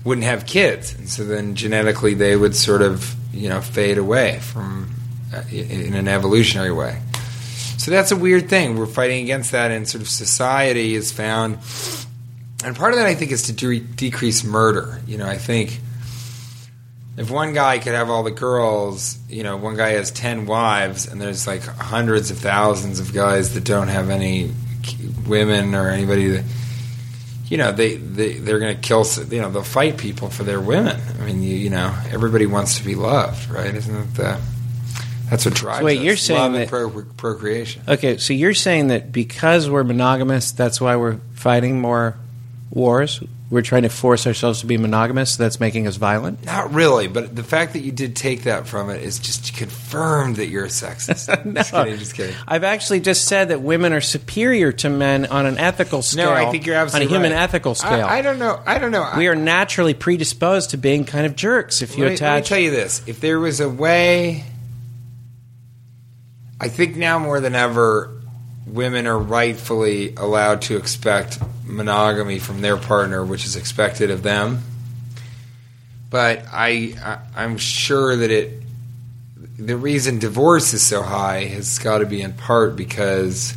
S3: wouldn't have kids, and so then genetically they would sort of you know fade away from uh, i- in an evolutionary way. So that's a weird thing. We're fighting against that, and sort of society is found. And part of that, I think, is to de- decrease murder. You know, I think if one guy could have all the girls, you know, one guy has 10 wives, and there's like hundreds of thousands of guys that don't have any k- women or anybody that, you know, they, they, they're going to kill, s- you know, they'll fight people for their women. I mean, you, you know, everybody wants to be loved, right? Isn't that the. That's what drives
S2: So wait,
S3: us.
S2: you're saying
S3: Love and
S2: that-
S3: pro- procreation.
S2: Okay, so you're saying that because we're monogamous, that's why we're fighting more wars. We're trying to force ourselves to be monogamous. so that's making us violent.
S3: Not really, but the fact that you did take that from it is just confirmed that you're a sexist. Just kidding, Oh, just kidding.
S2: I've actually just said that women are superior to men on an ethical scale.
S3: No, I think you're absolutely
S2: on a human
S3: right.
S2: ethical scale.
S3: I, I don't know. I don't know.
S2: we
S3: I-
S2: are naturally predisposed to being kind of jerks if you
S3: let me, let me
S2: attach.
S3: tell you this: if there was a way, I think now more than ever, women are rightfully allowed to expect monogamy from their partner, which is expected of them. But I, I I'm sure that it. The reason divorce is so high has got to be in part because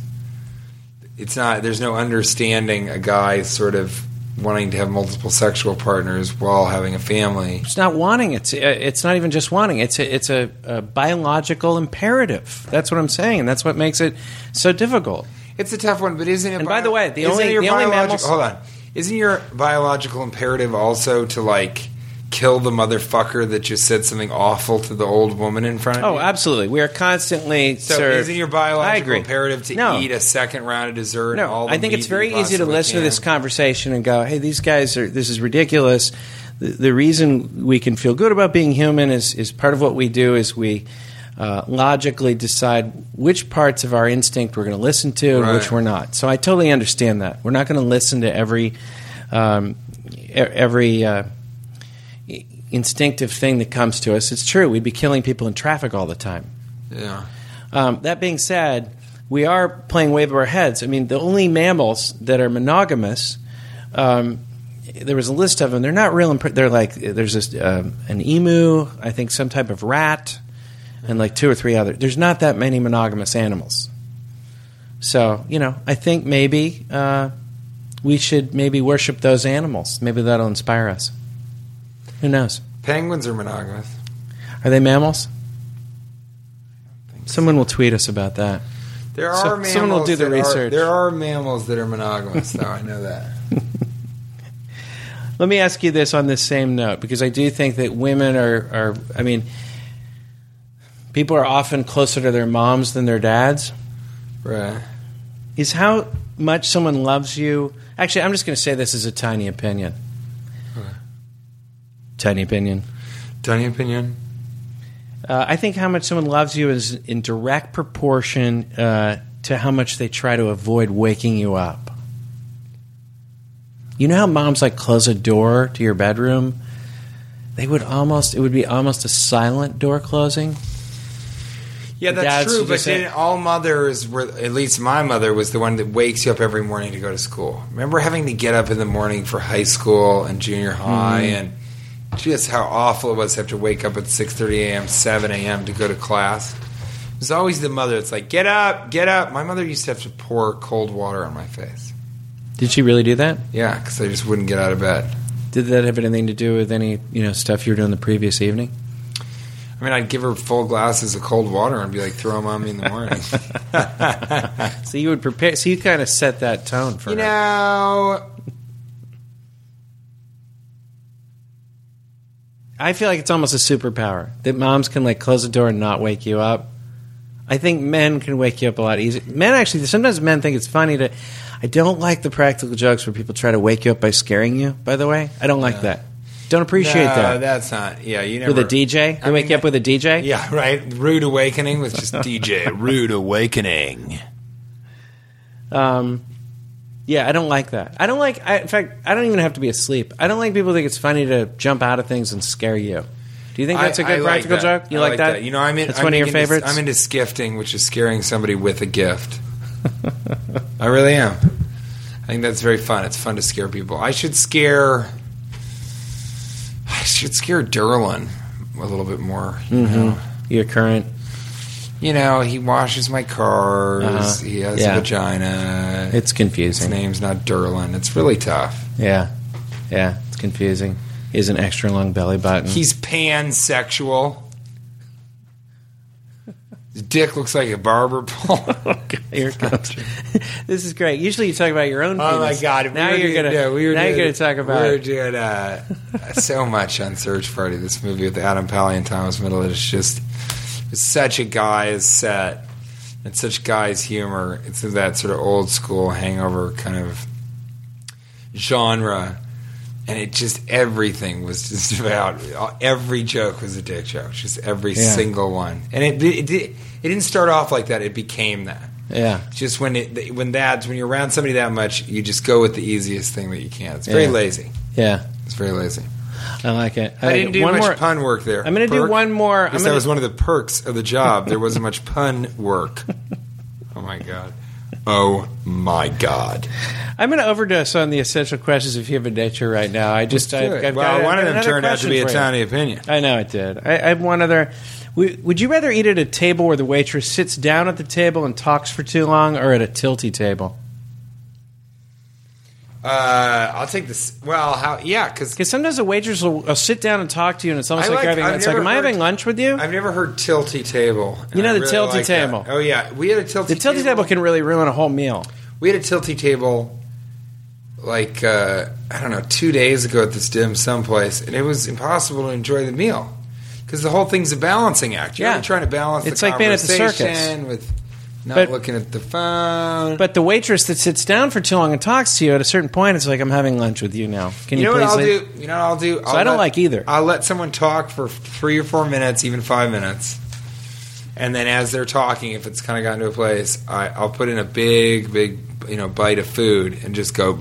S3: it's not. There's no understanding a guy's sort of wanting to have multiple sexual partners while having a family.
S2: It's not wanting. It's uh, it's not even just wanting. It's a, it's a, a biological imperative. That's what I'm saying, and that's what makes it so difficult.
S3: It's a tough one, but isn't it?
S2: And by the way, the
S3: isn't
S2: only-
S3: your
S2: the only mammals-
S3: biological- hold on, isn't your biological imperative also to like kill the motherfucker that just said something awful to the old woman in front of
S2: Oh,
S3: you?
S2: absolutely. We are constantly.
S3: So
S2: served-
S3: isn't your
S2: I
S3: biological
S2: agree.
S3: imperative to
S2: No.
S3: eat a second round of dessert? and
S2: No,
S3: all the
S2: I think
S3: meat
S2: it's very
S3: you
S2: easy to
S3: possibly
S2: listen to this
S3: can?
S2: conversation and go, "Hey, these guys are. This is ridiculous." The, the reason we can feel good about being human is is part of what we do is we uh, logically decide which parts of our instinct we're going to listen to and which
S3: Right.
S2: we're not. So I totally understand that we're not going to listen to every um, e- every. Uh, i- instinctive thing that comes to us it's true we'd be killing people in traffic all the time
S3: Yeah.
S2: um, that being said, we are playing way above our heads. I mean, the only mammals that are monogamous, um, there was a list of them. They're not real. Imp- they're like there's this, um, an emu, I think some type of rat, and like two or three other. There's not that many monogamous animals. So you know, I think maybe uh, we should maybe worship those animals. Maybe that'll inspire us. Who knows?
S3: Penguins are monogamous.
S2: Are they mammals? Someone will tweet us about that.
S3: There are
S2: So-
S3: mammals
S2: someone will do the
S3: that are-
S2: research.
S3: there are mammals that are monogamous, though. I know that.
S2: Let me ask you this on this same note, because I do think that women are, are I mean, people are often closer to their moms than their dads.
S3: Right.
S2: Is how much someone loves you. Actually, I'm just going to say this is a tiny opinion. Tiny opinion.
S3: Tiny opinion.
S2: Uh, I think how much someone loves you is in direct proportion uh, to how much they try to avoid waking you up. You know how moms like close a door to your bedroom? They would almost it would be almost a silent door closing.
S3: Yeah, that's
S2: Dads
S3: true.
S2: who
S3: But
S2: just say-
S3: then all mothers were, at least my mother was the one that wakes you up every morning to go to school. Remember having to get up in the morning for high school and junior high,
S2: Mm-hmm.
S3: and just how awful it was to have to wake up at six thirty a.m., seven a.m. to go to class. It was always the mother. that's like get up, get up. My mother used to have to pour cold water on my face.
S2: Did she really do that?
S3: Yeah, because I just wouldn't get out of bed.
S2: Did that have anything to do with any you know stuff you were doing the previous evening?
S3: I mean, I'd give her full glasses of cold water and be like, throw them on me in the morning.
S2: So you would prepare. So you kind of set that tone for
S3: You
S2: her.
S3: know,
S2: I feel like it's almost a superpower that moms can like close the door and not wake you up. I think men can wake you up a lot easier. Men actually sometimes men think it's funny to. I don't like the practical jokes where people try to wake you up by scaring you. By the way, I don't like that. Don't appreciate
S3: no,
S2: that.
S3: That's not. Yeah, you never
S2: with a DJ, they
S3: I
S2: wake
S3: mean,
S2: you up with a DJ.
S3: Yeah, right. Rude awakening was just DJ.
S4: Rude awakening.
S2: Um, yeah, I don't like that. I don't like. I, in fact, I don't even have to be asleep. I don't like people think it's funny to jump out of things and scare you. Do you think that's a good
S3: like
S2: practical
S3: that.
S2: joke? You
S3: I
S2: like, that?
S3: You know, I'm in,
S2: That's
S3: I'm
S2: one of your
S3: into-
S2: favorites.
S3: I'm into skifting, which is scaring somebody with a gift. I really am. I think that's very fun. It's fun to scare people. I should scare. I should scare Derlin a little bit more. You,
S2: Mm-hmm.
S3: know?
S2: your current.
S3: You know, he washes my cars.
S2: Uh-huh.
S3: He has
S2: Yeah.
S3: a vagina.
S2: It's
S3: His
S2: confusing.
S3: name's not Derlin. It's really tough.
S2: Yeah, yeah, it's confusing. He has an extra long belly button.
S3: He's pansexual. His dick looks like a barber pole.
S2: Here it comes. this is great. Usually you talk about your own.
S3: oh my
S2: penis.
S3: god! if
S2: Now
S3: were
S2: you're
S3: doing-
S2: gonna.
S3: yeah, we were
S2: now
S3: doing-
S2: you're gonna talk about.
S3: We were doing uh, so much on Search Party. This movie with Adam Pally and Thomas Middle is just it's such a guy's set and such guy's humor. It's in that sort of old school hangover kind of genre. And it just everything was just about every joke was a dick joke, just every
S2: Yeah.
S3: single one. And it it, it it didn't start off like that; it became that
S2: yeah,
S3: just when it when that when you're around somebody that much, you just go with the easiest thing that you can. It's very
S2: Yeah.
S3: lazy.
S2: yeah,
S3: It's very lazy.
S2: I like it.
S3: I
S2: like
S3: didn't
S2: it.
S3: do
S2: one
S3: much
S2: more.
S3: pun work there.
S2: I'm gonna do one more. I'm
S3: Because that
S2: gonna-
S3: was one of the perks of the job. There wasn't much pun work. Oh my god. Oh my god.
S2: I'm going to overdose on the essential questions of human nature right now. I just. I,
S3: Good.
S2: I've
S3: well,
S2: got, I've
S3: one of
S2: got
S3: them
S2: another
S3: turned out to
S2: question
S3: be a
S2: for you.
S3: tiny opinion.
S2: I know it did. I, I have one other. W- Would you rather eat at a table where the waitress sits down at the table and talks for too long, or at a tilty table?
S3: Uh, I'll take this. Well, how? Yeah, because
S2: Because sometimes the waitress will, will sit down and talk to you, and it's almost
S3: I
S2: like,
S3: like-
S2: you're having.
S3: I've
S2: It's like,
S3: never
S2: am I
S3: heard-
S2: having lunch with you?
S3: I've never heard tilty table. and
S2: You know
S3: I
S2: the tilty
S3: that.
S2: table.
S3: Oh yeah, we had a tilty.
S2: the tilty table can really ruin a whole meal.
S3: We had a tilty table like uh, I don't know two days ago at this dim someplace, and it was impossible to enjoy the meal because the whole thing's a balancing act. You're
S2: Yeah.
S3: really trying to balance.
S2: It's
S3: the
S2: like being at the circus.
S3: conversation with not
S2: But-
S3: looking at the phone.
S2: But the waitress that sits down for too long and talks to you at a certain point, it's like I'm having lunch with you now. Can you,
S3: you know what
S2: please
S3: I'll
S2: leave?
S3: do? You know what I'll do? I'll
S2: I don't like either.
S3: I'll let someone talk for three or four minutes, even five minutes, and then as they're talking, if it's kind of gotten to a place, I, I'll put in a big, big, you know, bite of food and just go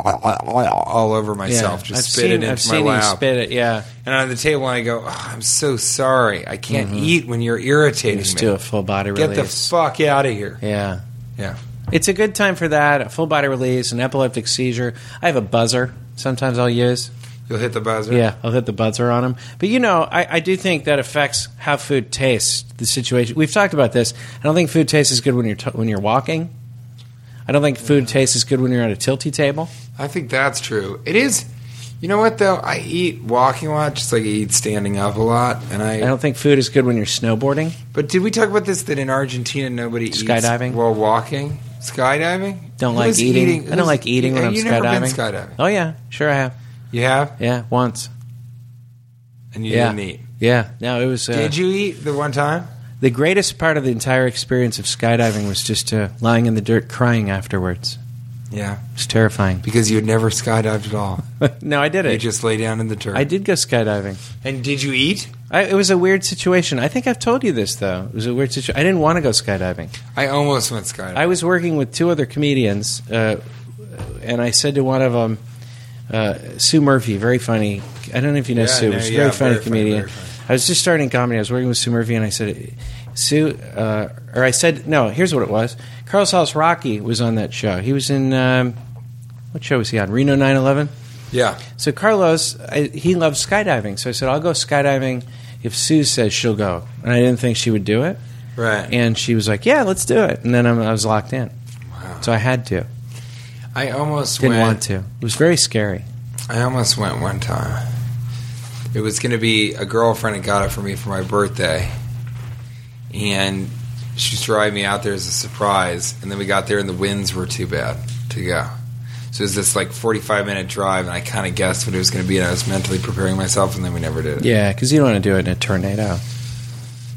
S3: all over myself, just spit
S2: seen,
S3: it into
S2: I've
S3: my
S2: seen you
S3: lap,
S2: spit it. Yeah,
S3: and on the table, and I go, oh, "I'm so sorry, I can't eat when you're irritating
S2: just
S3: me.
S2: do a full body
S3: Get the
S2: Mm-hmm. release.
S3: fuck out of here."
S2: yeah,
S3: Yeah.
S2: it's a good time for that. A full body release, an epileptic seizure. I have a buzzer. Sometimes I'll use.
S3: You'll hit the buzzer.
S2: Yeah, I'll hit the buzzer on them. But you know, I, I do think that affects how food tastes. The situation we've talked about this. I don't think food tastes as good when you're t- when you're walking. I don't think food tastes as good when you're at a tilty table.
S3: I think that's true. It is. You know what though? I eat walking a lot, just like I eat standing up a lot, and I.
S2: I don't think food is good when you're snowboarding.
S3: but did we talk about this? That in Argentina, nobody
S2: Skydiving?
S3: eats while walking. Skydiving.
S2: Don't
S3: Who
S2: like
S3: is
S2: eating. I
S3: who's-
S2: don't like eating when
S3: you-
S2: I'm
S3: you
S2: skydiving.
S3: Never been skydiving.
S2: Oh yeah, sure I have.
S3: You have,
S2: Yeah, once.
S3: and you
S2: yeah.
S3: didn't eat.
S2: Yeah. No, it was. Uh,
S3: Did you eat the one time?
S2: The greatest part of the entire experience of skydiving was just uh, lying in the dirt crying afterwards.
S3: Yeah,
S2: It's terrifying.
S3: because you had never skydived at all.
S2: no, I did
S3: You
S2: it.
S3: just lay down in the dirt.
S2: I did go skydiving.
S3: and did you eat?
S2: I, it was a weird situation. I think I've told you this though. It was a weird situation. I didn't want to go skydiving.
S3: I almost went skydiving.
S2: I was working with two other comedians, uh, and I said to one of them, uh, Sue Murphy, very funny. I don't know if you know
S3: Yeah,
S2: Sue,
S3: no,
S2: but she's a
S3: yeah,
S2: very funny
S3: very funny,
S2: comedian.
S3: very funny.
S2: I was just starting comedy. I was working with Sue Murphy, and I said, Sue, uh, or I said, no, here's what it was. Carlos House Rocky was on that show. He was in, um, what show was he on? Reno 911?
S3: yeah,
S2: So Carlos, I, he loves skydiving. So I said, I'll go skydiving if Sue says she'll go. And I didn't think she would do it.
S3: right.
S2: And she was like, yeah, let's do it. And then I'm, I was locked in. So I had to.
S3: I almost
S2: Didn't
S3: went.
S2: want to. It was very scary.
S3: I almost went one time. It was going to be a girlfriend that got it for me for my birthday. And she was driving me out there as a surprise. And then we got there and the winds were too bad to go. So it was this like 45 minute drive and I kind of guessed what it was going to be and I was mentally preparing myself and then we never did it.
S2: Yeah, because you don't want to do it in a tornado.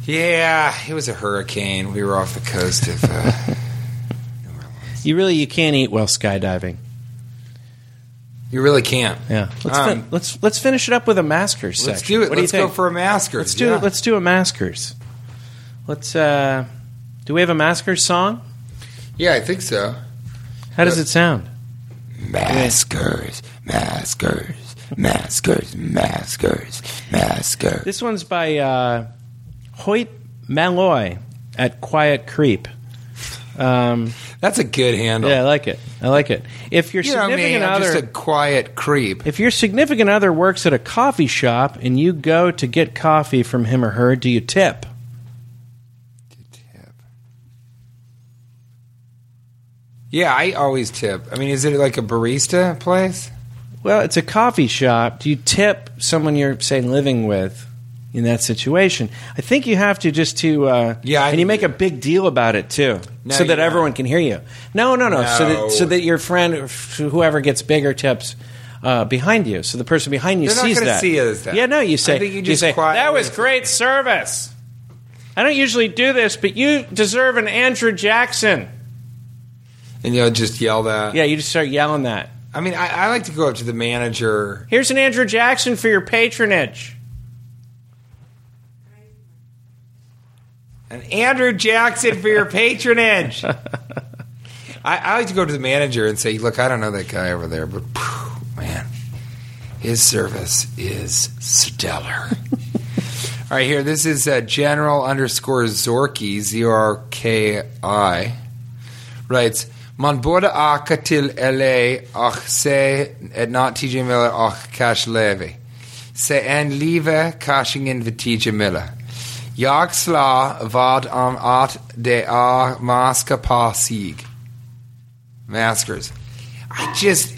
S3: Yeah, it was a hurricane. We were off the coast of. Uh,
S2: You really you can't eat while skydiving.
S3: you really can't.
S2: Yeah. Let's
S3: Um,
S2: fin- let's let's finish it up with a maskers section.
S3: Let's do it.
S2: What
S3: let's
S2: do you
S3: go
S2: think?
S3: for a masker.
S2: let's do
S3: yeah.
S2: let's do a maskers. Let's uh do we have a maskers song?
S3: yeah, I think so.
S2: How does it sound?
S4: Maskers, maskers, maskers, maskers, maskers.
S2: This one's by uh, Hoyt Malloy at Quiet Creep. Um,
S3: That's a good handle.
S2: yeah, I like it. I like it. If your
S3: Oh. You know me,
S2: significant
S3: I'm
S2: other,
S3: just a quiet creep.
S2: if your significant other works at a coffee shop and you go to get coffee from him or her, do you tip?
S3: Yeah, I always tip. I mean, is it like a barista place?
S2: Well, it's a coffee shop. Do you tip someone you're say living with in that situation? I think you have to just to uh,
S3: Yeah, I-
S2: and you make a big deal about it too,
S3: No,
S2: so that
S3: you're
S2: everyone
S3: not.
S2: can hear you. No, no, no, so
S3: No.
S2: that so that your friend or f- whoever gets bigger tips. Uh, behind you, so the person behind you
S3: They're not
S2: sees
S3: gonna
S2: that.
S3: see it as that.
S2: Yeah, no, you
S3: I
S2: say.
S3: think you
S2: you,
S3: just
S2: say
S3: quietly-
S2: that was great service. I don't usually do this, but you deserve an Andrew Jackson.
S3: And you'll just yell that.
S2: Yeah, you just start yelling that.
S3: I mean, I, I like to go up to the manager.
S2: Here's an Andrew Jackson for your patronage.
S3: And Andrew Jackson for your patronage. I, I like to go to the manager and say, look, I don't know that guy over there, but phew, man, his service is stellar. All right, here, this is uh, General underscore Zorki, Z O R K I, writes, Man borde åka till LA och se ett not TJ Miller och Cash Levy. Se en live cashingen vid TJ Miller. Jag slår vad om att det är masker på sig. Maskers. I just,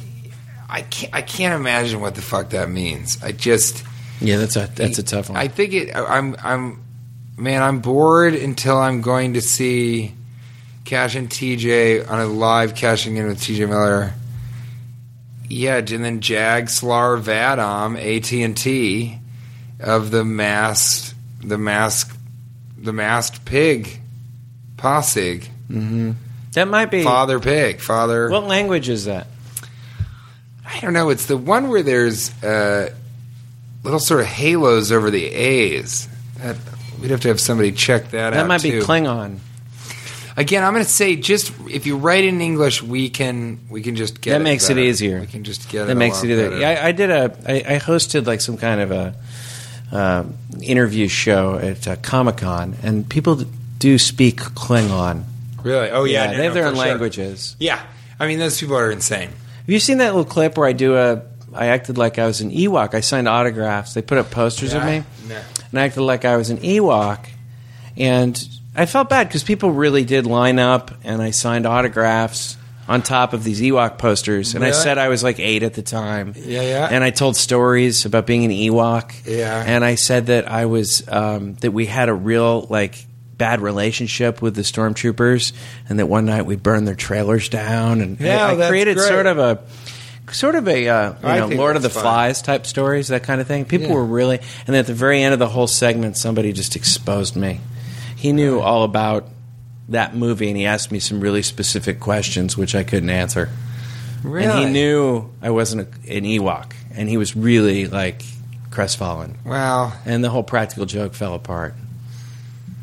S3: I can't. I can't imagine what the fuck that means. I just.
S2: Yeah, that's a that's a tough one.
S3: I think it. I- I'm. I'm. Man, I'm bored until I'm going to see Cash and TJ on a live cashing in with TJ Miller. Yeah, and then Jag Slar Vadom AT and T of the masked the mask the masked pig possig
S2: that might be.
S3: father pig father.
S2: What language is that?
S3: I don't know. It's the one where there's uh, little sort of halos over the A's. That, we'd have to have somebody check that, out.
S2: That might be
S3: too.
S2: Klingon.
S3: Again, I'm going to say just if you write in English, we can we can just get
S2: that makes
S3: better.
S2: it easier.
S3: We can just get
S2: that
S3: it. a
S2: makes
S3: lot
S2: it easier.
S3: better.
S2: Yeah, I, I did a. I, I hosted like some kind of a uh, interview show at uh, Comic Con, and people do speak Klingon.
S3: really. Oh yeah, no,
S2: they have
S3: no,
S2: their
S3: for
S2: own
S3: sure.
S2: languages.
S3: Yeah, I mean those people are insane.
S2: Have you seen that little clip where I do a? I acted like I was an Ewok. I signed autographs. They put up posters of me,
S3: No.
S2: and I acted like I was an Ewok. And I felt bad because people really did line up, and I signed autographs on top of these Ewok posters. And I
S3: Really?
S2: said I was like eight at the time.
S3: Yeah, yeah.
S2: And I told stories about being an Ewok.
S3: Yeah.
S2: And I said that I was um, that we had a real like bad relationship with the stormtroopers, and that one night we burned their trailers down. And
S3: Yeah,
S2: I, I
S3: that's
S2: created
S3: great.
S2: sort of a sort of a uh, you
S3: I
S2: know
S3: think
S2: Lord of the
S3: that's fine.
S2: Flies type stories, that kind of thing. People were really, and then at the very end of the whole segment, somebody just exposed me. He knew all about that movie, and he asked me some really specific questions which I couldn't answer.
S3: Really?
S2: And he knew I wasn't a, an Ewok, and he was really like crestfallen.
S3: Well,
S2: And the whole practical joke fell apart.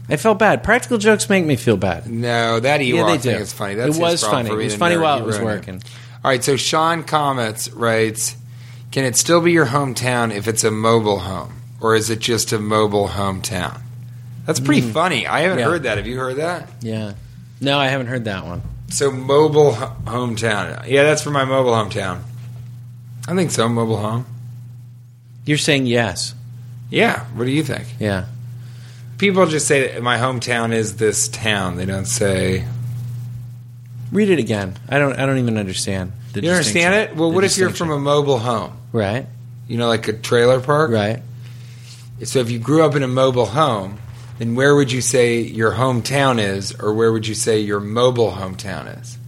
S2: I felt bad. Practical jokes make me feel bad.
S3: no, that Ewok
S2: yeah, they do.
S3: thing is funny. That's
S2: it
S3: his
S2: was
S3: problem
S2: funny.
S3: For
S2: It
S3: being
S2: was
S3: a
S2: funny
S3: nerd.
S2: while
S3: He
S2: it was
S3: ruined
S2: working.
S3: All right, so Sean Comets writes, "Can it still be your hometown if it's a mobile home, or is it just a mobile hometown?" That's pretty funny. I haven't
S2: Mm. Yeah.
S3: heard that. Have you heard that?
S2: Yeah. No, I haven't heard that one.
S3: So mobile ho- hometown. Yeah, that's for my mobile hometown. I think so. Mobile home.
S2: You're saying yes.
S3: Yeah. What do you think?
S2: Yeah.
S3: People just say that my hometown is this town. They don't say.
S2: Read it again. I don't. I don't even understand. The
S3: you understand it?
S2: distinction.
S3: Well,
S2: The
S3: what if you're from
S2: distinction.
S3: a mobile home?
S2: right?
S3: You know, like a trailer park.
S2: Right.
S3: So if you grew up in a mobile home, then where would you say your hometown is, or where would you say your mobile hometown is?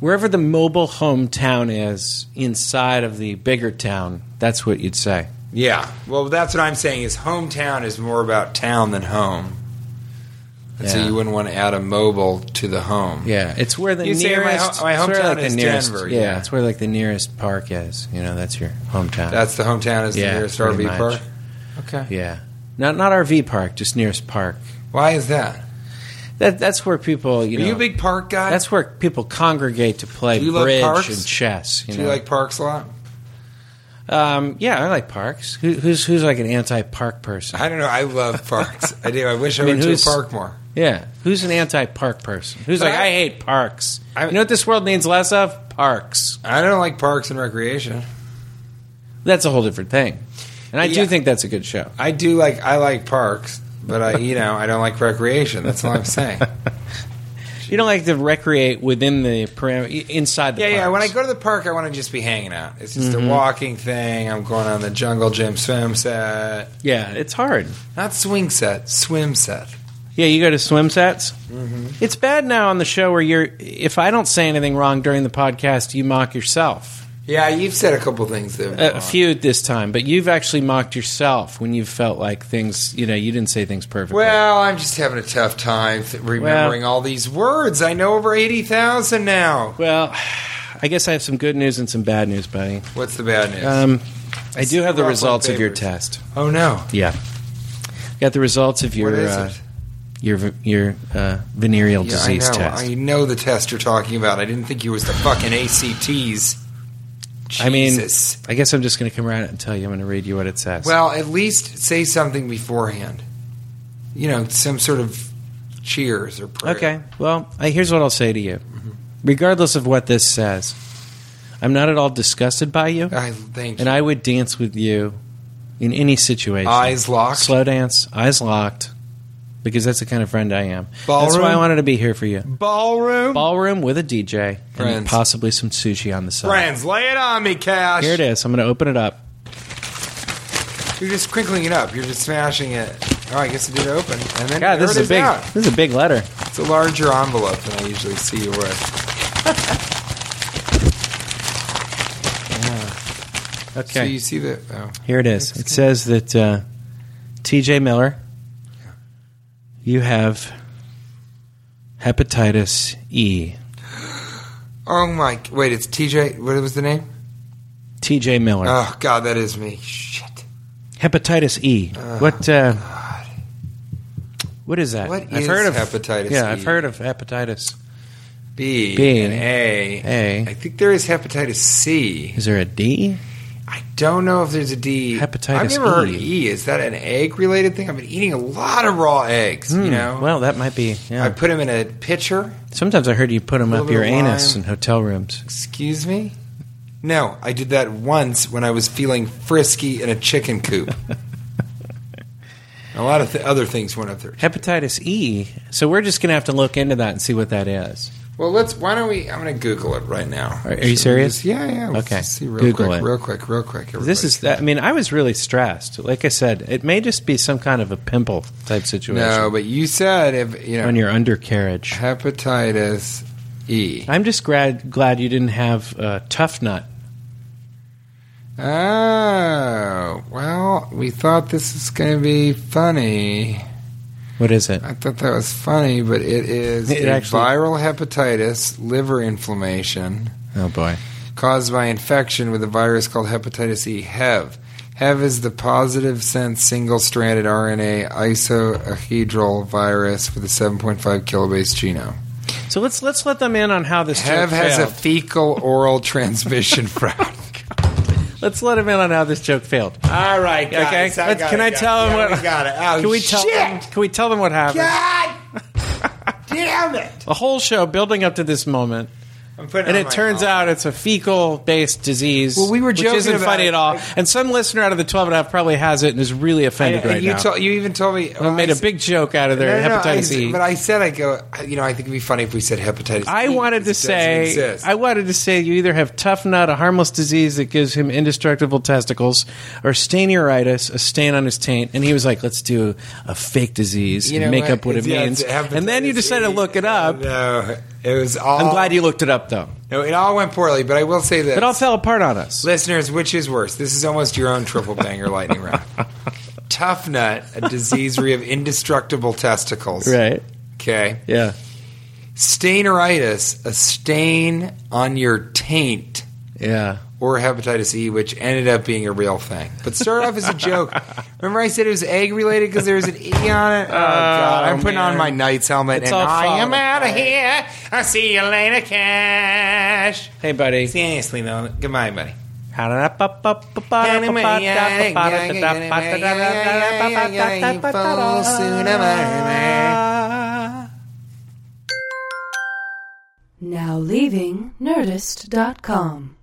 S2: Wherever the mobile hometown is inside of the bigger town, that's what you'd say.
S3: Yeah. Well, that's what I'm saying is hometown is more about town than home. And So
S2: Yeah.
S3: you wouldn't want to add a mobile to the home.
S2: Yeah, it's where the
S3: You say my
S2: nearest.
S3: ho- my
S2: it's where,
S3: hometown
S2: like, the
S3: is
S2: nearest-
S3: Denver,
S2: Yeah,
S3: yeah.
S2: it's where like the nearest park is. You know, that's your hometown.
S3: That's the hometown is
S2: Yeah,
S3: the nearest
S2: pretty
S3: RV
S2: much.
S3: park. Okay.
S2: yeah, not not RV park, just nearest park.
S3: Why is that?
S2: That that's where people. You
S3: Are
S2: know,
S3: you a big park guy?
S2: that's where people congregate to play
S3: Do you love
S2: bridge
S3: parks?
S2: and chess. You
S3: Do
S2: know,
S3: you like parks a lot?
S2: um, yeah, I like parks. Who, who's who's like an anti-park person?
S3: I don't know. I love parks. I do. I wish I,
S2: I mean,
S3: went to a
S2: who's-
S3: park more.
S2: Yeah, who's an anti-park person? Who's
S3: But
S2: like I,
S3: I-
S2: hate parks?
S3: I-
S2: you know what this world needs less of? Parks.
S3: I don't like parks and recreation.
S2: That's a whole different thing. And I
S3: Yeah.
S2: do think that's a good show.
S3: I do like I like parks, but I you know I don't like recreation. That's all I'm saying.
S2: You don't like to recreate within the parameter inside the
S3: yeah, yeah. When
S2: parks.
S3: I
S2: Mm-hmm.
S3: go to the park, I want to just be hanging out. It's just a walking thing. I'm going on the jungle gym swim set,
S2: yeah, it's hard.
S3: not swing set, swim set.
S2: Yeah, you go to swim sets. Mm-hmm. It's bad now on the show where you're. If I don't say anything wrong during the podcast, you mock yourself.
S3: Yeah, you've said a couple things there.
S2: A, a few this time, but you've actually mocked yourself when you felt like things. You know, you didn't say things perfectly.
S3: Well, I'm just having a tough time th- remembering all these words. I know over eighty thousand now.
S2: Well, I guess I have some good news and some bad news, buddy.
S3: What's the bad news?
S2: Um, I do have the
S3: Ruffled
S2: results of your
S3: papers.
S2: test.
S3: oh no,
S2: Yeah, got the results of your
S3: what is
S2: uh,
S3: it?
S2: your v- your uh, venereal
S3: Yeah, I
S2: disease
S3: know.
S2: test.
S3: I know the test you're talking about. I didn't think you was the fucking ACTs.
S2: I mean,
S3: Jesus.
S2: I guess I'm just going to come around and tell you. I'm going to read you what it says.
S3: Well, at least say something beforehand. You know, some sort of cheers or prayer.
S2: okay. Well, I, here's what I'll say to you.
S3: Mm-hmm.
S2: Regardless of what this says, I'm not at all disgusted by you,
S3: I thank
S2: and
S3: you.
S2: I would dance with you in any situation.
S3: Eyes locked.
S2: slow dance, eyes locked, because that's the kind of friend I am. That's
S3: Ballroom?
S2: why I wanted to be here for you.
S3: Ballroom.
S2: Ballroom with a DJ and
S3: Friends.
S2: possibly some sushi on the side.
S3: Friends, lay it on me, Cash.
S2: Here it is. I'm going to open it up.
S3: You're just crinkling it up. You're just smashing it. All right, I guess it did open. And then
S2: God,
S3: there
S2: this is
S3: it
S2: a big.
S3: out.
S2: This is a big letter.
S3: It's a larger envelope than I usually see you with. So
S2: Okay.
S3: you see the. Oh.
S2: Here it is. It says that uh, T.J. Miller, you have hepatitis E.
S3: Oh my! Wait, it's TJ. What was the name?
S2: T.J. Miller,
S3: Oh God, that is me. Shit.
S2: hepatitis E. what? Uh, what is that?
S3: What
S2: I've
S3: is
S2: heard of
S3: hepatitis
S2: Yeah,
S3: E?
S2: I've heard of hepatitis.
S3: B,
S2: B.
S3: and A.
S2: A.
S3: I think there is hepatitis C.
S2: Is there a D?
S3: I don't know if there's a D.
S2: Hepatitis
S3: I've never heard of
S2: E.
S3: E. Is that an egg related thing? I've been eating a lot of raw eggs.
S2: Hmm,
S3: You know,
S2: Well, that might be.
S3: I
S2: Yeah.
S3: put them in a pitcher.
S2: Sometimes I heard you put them
S3: Little
S2: up your
S3: bit of
S2: anus
S3: lime.
S2: in hotel rooms.
S3: Excuse me? No, I did that once when I was feeling frisky in a chicken coop. a lot of th- other things went up there.
S2: Hepatitis E. So we're just gonna have to look into that and see what that is.
S3: Well, let's. Why don't we? I'm going to Google it right now.
S2: Are- are you
S3: Should we
S2: serious?
S3: just- yeah, yeah. let's
S2: Okay,
S3: just See real
S2: Google
S3: quick,
S2: it.
S3: real quick, real quick.
S2: This
S3: everybody.
S2: is. I mean, I was really stressed. Like I said, it may just be some kind of a pimple type situation
S3: no, but you said if you know
S2: on your undercarriage.
S3: hepatitis E.
S2: I'm just glad glad you didn't have uh, tough nut.
S3: Oh well, we thought this was going to be funny.
S2: What is it?
S3: I thought that was funny, but it is
S2: It
S3: a
S2: actually-
S3: viral hepatitis, liver inflammation
S2: Oh boy.
S3: caused by infection with a virus called hepatitis E. HEV. HEV is the positive sense single-stranded RNA isohedral virus with a 7.5 kilobase genome.
S2: So let's let's let them in on how this
S3: HEV
S2: joke
S3: has a
S2: failed.
S3: fecal oral transmission route.
S2: let's let them in on how this joke failed.
S3: All right,
S2: Okay.
S3: guys, I
S2: Let's-
S3: got
S2: can
S3: it,
S2: I
S3: got
S2: tell
S3: it.
S2: them
S3: Yeah,
S2: what?
S3: we got it. Oh,
S2: can we tell
S3: shit.
S2: them? Can we tell them what happened?
S3: God damn it!
S2: The whole show building up to this moment.
S3: I'm putting
S2: And
S3: on
S2: it
S3: Oh my
S2: turns
S3: helmet.
S2: out it's a fecal-based disease.
S3: Well, we were
S2: which
S3: joking
S2: isn't
S3: about
S2: funny
S3: it.
S2: at all. and some listener out of the twelve and a half probably has it and is really offended
S3: And
S2: right
S3: you
S2: now.
S3: told- you even told me
S2: I made
S3: a
S2: a big joke out of
S3: No,
S2: their
S3: no, no,
S2: hepatitis
S3: I-
S2: E.
S3: But I said I go. I- You know, I think it'd be funny if we said hepatitis.
S2: I
S3: E,
S2: wanted to
S3: because it doesn't
S2: say,
S3: exist.
S2: I wanted to say, you either have tough nut, a harmless disease that gives him indestructible testicles, or stainuritis, a stain on his taint. And he was like, let's do a fake disease
S3: You
S2: and
S3: know
S2: make up what it
S3: Yeah,
S2: means.
S3: it's hepatitis
S2: And then you decided
S3: E.
S2: to look it up.
S3: No, it was all.
S2: I'm glad you looked it up, though.
S3: No, it all went poorly, but I will say this.
S2: It all fell apart on us.
S3: Listeners, which is worse? This is almost your own triple banger lightning round. Tough nut, a disease where you have indestructible testicles.
S2: Right.
S3: Okay.
S2: Yeah.
S3: Staineritis, a stain on your taint.
S2: Yeah.
S3: or hepatitis E, which ended up being a real thing. But started off as a joke. Remember, I said it was egg related because there was an E on it. Oh, God. I'm putting on
S2: man.
S3: my Knights helmet
S2: It's
S3: and
S2: all
S3: I am
S2: falling
S3: out of here. I'll see you later, Cash.
S2: Hey, buddy.
S3: Seriously, though. Goodbye, buddy.
S5: Now leaving Nerdist.com.